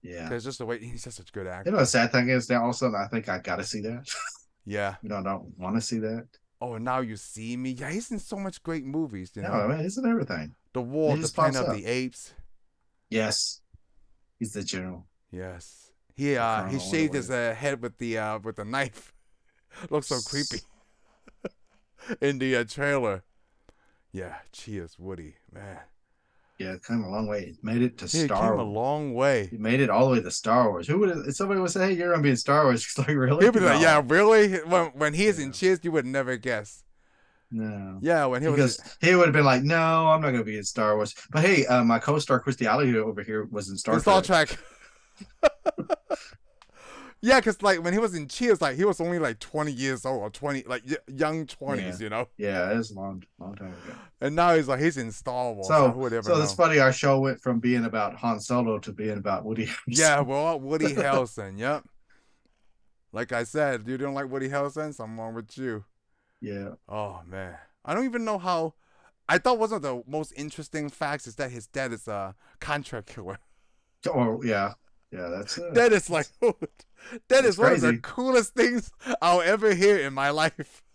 Speaker 2: Yeah.
Speaker 1: There's just the way he's just such a good actor.
Speaker 2: You know, the sad thing is that all of a sudden I think I gotta see that. [LAUGHS]
Speaker 1: Yeah.
Speaker 2: You know, I don't want to see that.
Speaker 1: Oh, and now you see me. Yeah, he's in so much great movies. You
Speaker 2: No,
Speaker 1: know,
Speaker 2: I mean, isn't everything?
Speaker 1: The War,
Speaker 2: He
Speaker 1: The
Speaker 2: just pops
Speaker 1: Planet of
Speaker 2: up.
Speaker 1: the Apes.
Speaker 2: Yes, he's the general.
Speaker 1: Yes. He
Speaker 2: I
Speaker 1: uh
Speaker 2: kinda
Speaker 1: he
Speaker 2: wonder
Speaker 1: shaved
Speaker 2: what
Speaker 1: his uh, head with the uh with the knife. [LAUGHS] Looks so creepy. [LAUGHS] In the uh, trailer. Yeah, cheers, Woody, man.
Speaker 2: Yeah, come a long way. It made it to
Speaker 1: He
Speaker 2: Star
Speaker 1: came a
Speaker 2: Wars.
Speaker 1: long way.
Speaker 2: He made it all the way to Star Wars. Who would if somebody would say, "Hey, you're gonna be in Star Wars"? [LAUGHS] It's like really?
Speaker 1: He'll be like,
Speaker 2: No.
Speaker 1: yeah, really? When when he is in
Speaker 2: Yeah.
Speaker 1: Cheers, you would never guess.
Speaker 2: No.
Speaker 1: Yeah, when he was
Speaker 2: Because he would have been like, "No, I'm not gonna be in Star Wars." But hey, uh, my co-star Christy Alley over here was in Star
Speaker 1: in Star
Speaker 2: Trek.
Speaker 1: Trek. [LAUGHS] yeah, because like when he was in Cheers, like he was only like twenty years old or twenty, like y- young twenties, you know.
Speaker 2: Yeah, it was a long, long time ago.
Speaker 1: And now he's like he's in Star Wars.
Speaker 2: So-
Speaker 1: who would ever
Speaker 2: So
Speaker 1: know?
Speaker 2: it's funny. Our show went from being about Han Solo to being about Woody. Harrelson.
Speaker 1: Yeah,
Speaker 2: [LAUGHS]
Speaker 1: well, Woody Harrelson. Yep. Like I said, you don't like Woody Harrelson. Something wrong with you.
Speaker 2: yeah.
Speaker 1: Oh man, I don't even know how. I thought one of the most interesting facts is that his dad is a contract
Speaker 2: [LAUGHS]
Speaker 1: killer.
Speaker 2: Or yeah, yeah. That's it.
Speaker 1: That is like, [LAUGHS] that is
Speaker 2: That's
Speaker 1: one of the
Speaker 2: crazy.
Speaker 1: coolest things I'll ever hear in my life. [LAUGHS]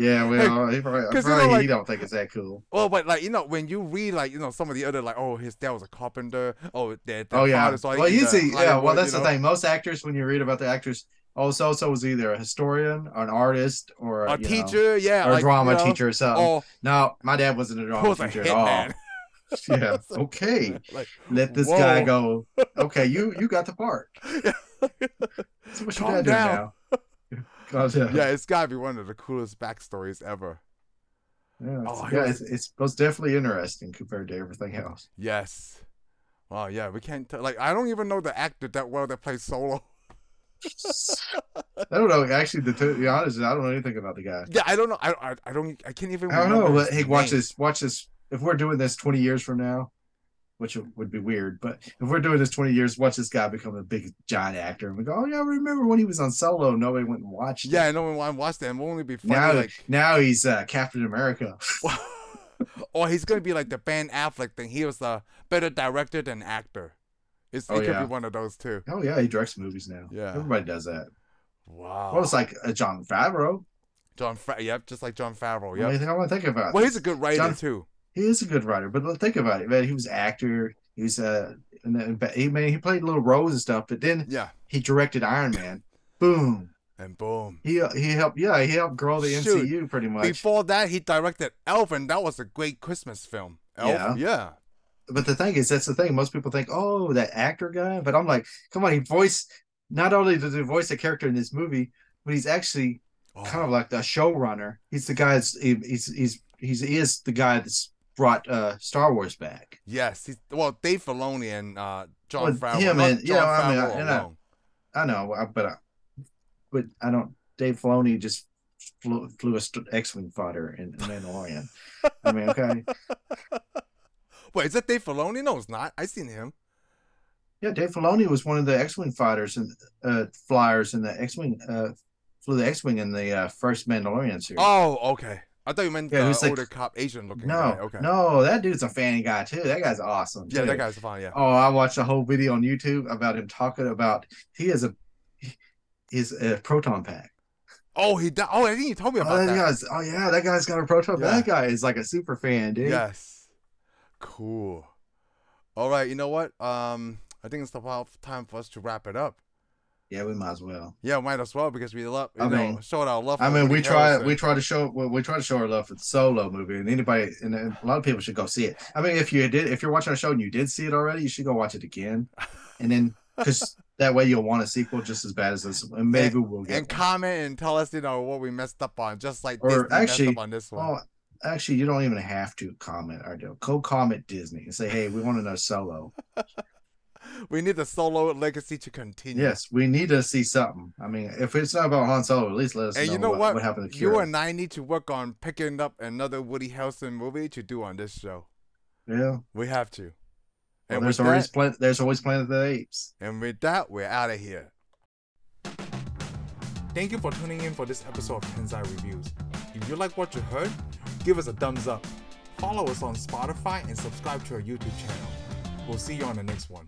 Speaker 2: Yeah, well, he probably,
Speaker 1: 'Cause, you know,
Speaker 2: probably
Speaker 1: like-
Speaker 2: he don't think it's that cool.
Speaker 1: Well, but like you know, when you read like you know some of the other like, oh, his dad was a carpenter. Oh, their, their
Speaker 2: oh yeah,
Speaker 1: father's like
Speaker 2: well
Speaker 1: in
Speaker 2: you
Speaker 1: the
Speaker 2: see, yeah, well
Speaker 1: Hollywood,
Speaker 2: that's
Speaker 1: you
Speaker 2: the
Speaker 1: know?
Speaker 2: thing. Most actors, when you read about the actors, oh so so was either a historian, or an artist, or
Speaker 1: A
Speaker 2: you know,
Speaker 1: teacher, yeah,
Speaker 2: or
Speaker 1: like,
Speaker 2: a drama
Speaker 1: you know,
Speaker 2: teacher or something.
Speaker 1: or
Speaker 2: no, my dad wasn't a drama
Speaker 1: was a
Speaker 2: teacher Oh, at all.
Speaker 1: hitman.
Speaker 2: [LAUGHS] yeah, okay,
Speaker 1: [LAUGHS] Like,
Speaker 2: let this
Speaker 1: Whoa.
Speaker 2: guy go. Okay, you you got
Speaker 1: [LAUGHS]
Speaker 2: the part. That's what
Speaker 1: Calm
Speaker 2: your
Speaker 1: down.
Speaker 2: dad did now. [LAUGHS] Calm down.
Speaker 1: yeah, it's gotta be one of the coolest backstories ever.
Speaker 2: Yeah, it's,
Speaker 1: Oh, he
Speaker 2: yeah,
Speaker 1: was-
Speaker 2: it's, it's most definitely interesting compared to everything else.
Speaker 1: Yes. Oh yeah, we can't tell. Like I don't even know the actor that well that plays Solo. [LAUGHS]
Speaker 2: I don't know. Actually, to t- be honest, I don't know anything about the guy.
Speaker 1: Yeah, I don't know. I I, I don't. e, I can't even.
Speaker 2: I don't know.
Speaker 1: remember
Speaker 2: But
Speaker 1: his
Speaker 2: hey, watch
Speaker 1: name.
Speaker 2: this. Watch this. If we're doing this 20 years from now, which it would be weird, but if we're doing this 20 years, watch this guy become a big giant actor, and we go, "Oh yeah, I remember when he was on Solo. Nobody went and watched." it."
Speaker 1: Yeah, I know. When I watch that, it will only be funny.
Speaker 2: Now,
Speaker 1: like,
Speaker 2: now he's uh, Captain America.
Speaker 1: [LAUGHS] or he's gonna be like the Ben Affleck thing. He was a better director than actor. It's,
Speaker 2: Oh,
Speaker 1: it
Speaker 2: yeah.
Speaker 1: could be one of those two.
Speaker 2: Oh yeah, he directs movies now.
Speaker 1: Yeah.
Speaker 2: everybody does that.
Speaker 1: Wow.
Speaker 2: Well, it's like uh, John Favreau.
Speaker 1: John. Fa- yep, just like John Favreau.
Speaker 2: I
Speaker 1: Yep.
Speaker 2: mean, I want to think about.
Speaker 1: Oh, Well,
Speaker 2: this.
Speaker 1: he's a good writer
Speaker 2: John-
Speaker 1: too.
Speaker 2: he is a good writer, but look- think about it, man. He was actor. He was uh, and then but he man, he played little roles and stuff, but then
Speaker 1: Yeah.
Speaker 2: he directed Iron Man. Boom.
Speaker 1: And boom.
Speaker 2: He uh, he helped. Yeah, he helped grow the
Speaker 1: Shoot.
Speaker 2: MCU pretty much.
Speaker 1: Before that, he directed Elf, and that was a great Christmas film. Elf. Yeah.
Speaker 2: but the thing is, that's the thing. Most people think, oh, that actor guy. But I'm like, come on, he voiced. Not only does he voice a character in this movie, but he's actually
Speaker 1: Oh,
Speaker 2: kind of like the showrunner. He's the guy. That's, he, he's he's he's he is the guy that's brought uh Star Wars back.
Speaker 1: yes. He's, well, Dave Filoni and uh, John
Speaker 2: Well,
Speaker 1: Favreau.
Speaker 2: him
Speaker 1: not
Speaker 2: and-
Speaker 1: John
Speaker 2: yeah, I mean,
Speaker 1: Favreau
Speaker 2: I- and I-
Speaker 1: alone.
Speaker 2: I know, I- but I, but I don't. Dave Filoni just flew, flew a st- X-wing fighter in Mandalorian. I mean,
Speaker 1: [LAUGHS]
Speaker 2: okay,
Speaker 1: Wait, is that Dave Filoni? No, it's not. I seen him.
Speaker 2: yeah, Dave Filoni was one of the X-wing fighters and uh, flyers in the X-wing. Uh, flew the X-wing in the uh, first Mandalorian series.
Speaker 1: Oh, okay. I thought you meant
Speaker 2: Yeah,
Speaker 1: the
Speaker 2: he's like-
Speaker 1: older cop, Asian looking
Speaker 2: no,
Speaker 1: guy. Okay.
Speaker 2: no, that dude's a fan guy too. That guy's awesome.
Speaker 1: Yeah,
Speaker 2: too.
Speaker 1: that guy's fine. Yeah.
Speaker 2: Oh, I watched a whole video on YouTube about him talking about he is a he is a proton pack.
Speaker 1: Oh, he. Di- oh, I think you told me about
Speaker 2: oh, that,
Speaker 1: that.
Speaker 2: guy's oh yeah, that guy's got a proton.
Speaker 1: Yeah.
Speaker 2: That guy is like a super fan, dude.
Speaker 1: Yes. Cool. All right. You know what? Um, I think it's about time for us to wrap it up.
Speaker 2: Yeah, we might as well.
Speaker 1: Yeah, might as well because we love. You
Speaker 2: I
Speaker 1: know,
Speaker 2: mean-
Speaker 1: showed our love.
Speaker 2: I
Speaker 1: for
Speaker 2: mean,
Speaker 1: Woody
Speaker 2: we try
Speaker 1: Harrelson.
Speaker 2: we try to show well, we try to show our love for the solo movie, and anybody and a lot of people should go see it. I mean, if you did, if you're watching our show and you did see it already, you should go watch it again,
Speaker 1: [LAUGHS]
Speaker 2: and then because that way you'll want a sequel just as bad as this, and maybe we'll get.
Speaker 1: and comment and tell us you know what we messed up on, just like
Speaker 2: Or
Speaker 1: Disney
Speaker 2: actually-
Speaker 1: messed up on this one.
Speaker 2: one. Oh, actually, you don't even have to comment or do go comment Disney and say, hey, we want another solo.
Speaker 1: [LAUGHS] we need the solo legacy to continue.
Speaker 2: Yes, we need to see something. I mean, if it's not about Han Solo, at least let us
Speaker 1: And
Speaker 2: know,
Speaker 1: you know
Speaker 2: what,
Speaker 1: what?
Speaker 2: what happened to
Speaker 1: You
Speaker 2: Kira.
Speaker 1: and I need to work on picking up another Woody Harrelson movie to do on this show.
Speaker 2: yeah,
Speaker 1: We have to.
Speaker 2: well,
Speaker 1: And
Speaker 2: there's
Speaker 1: with
Speaker 2: always
Speaker 1: that,
Speaker 2: plan- there's always Planet of the Apes.
Speaker 1: and with that, we're out of here. Thank you for tuning in for this episode of Tensai Reviews. If you like what you heard, give us a thumbs up. Follow us on Spotify and subscribe to our YouTube channel. We'll see you on the next one.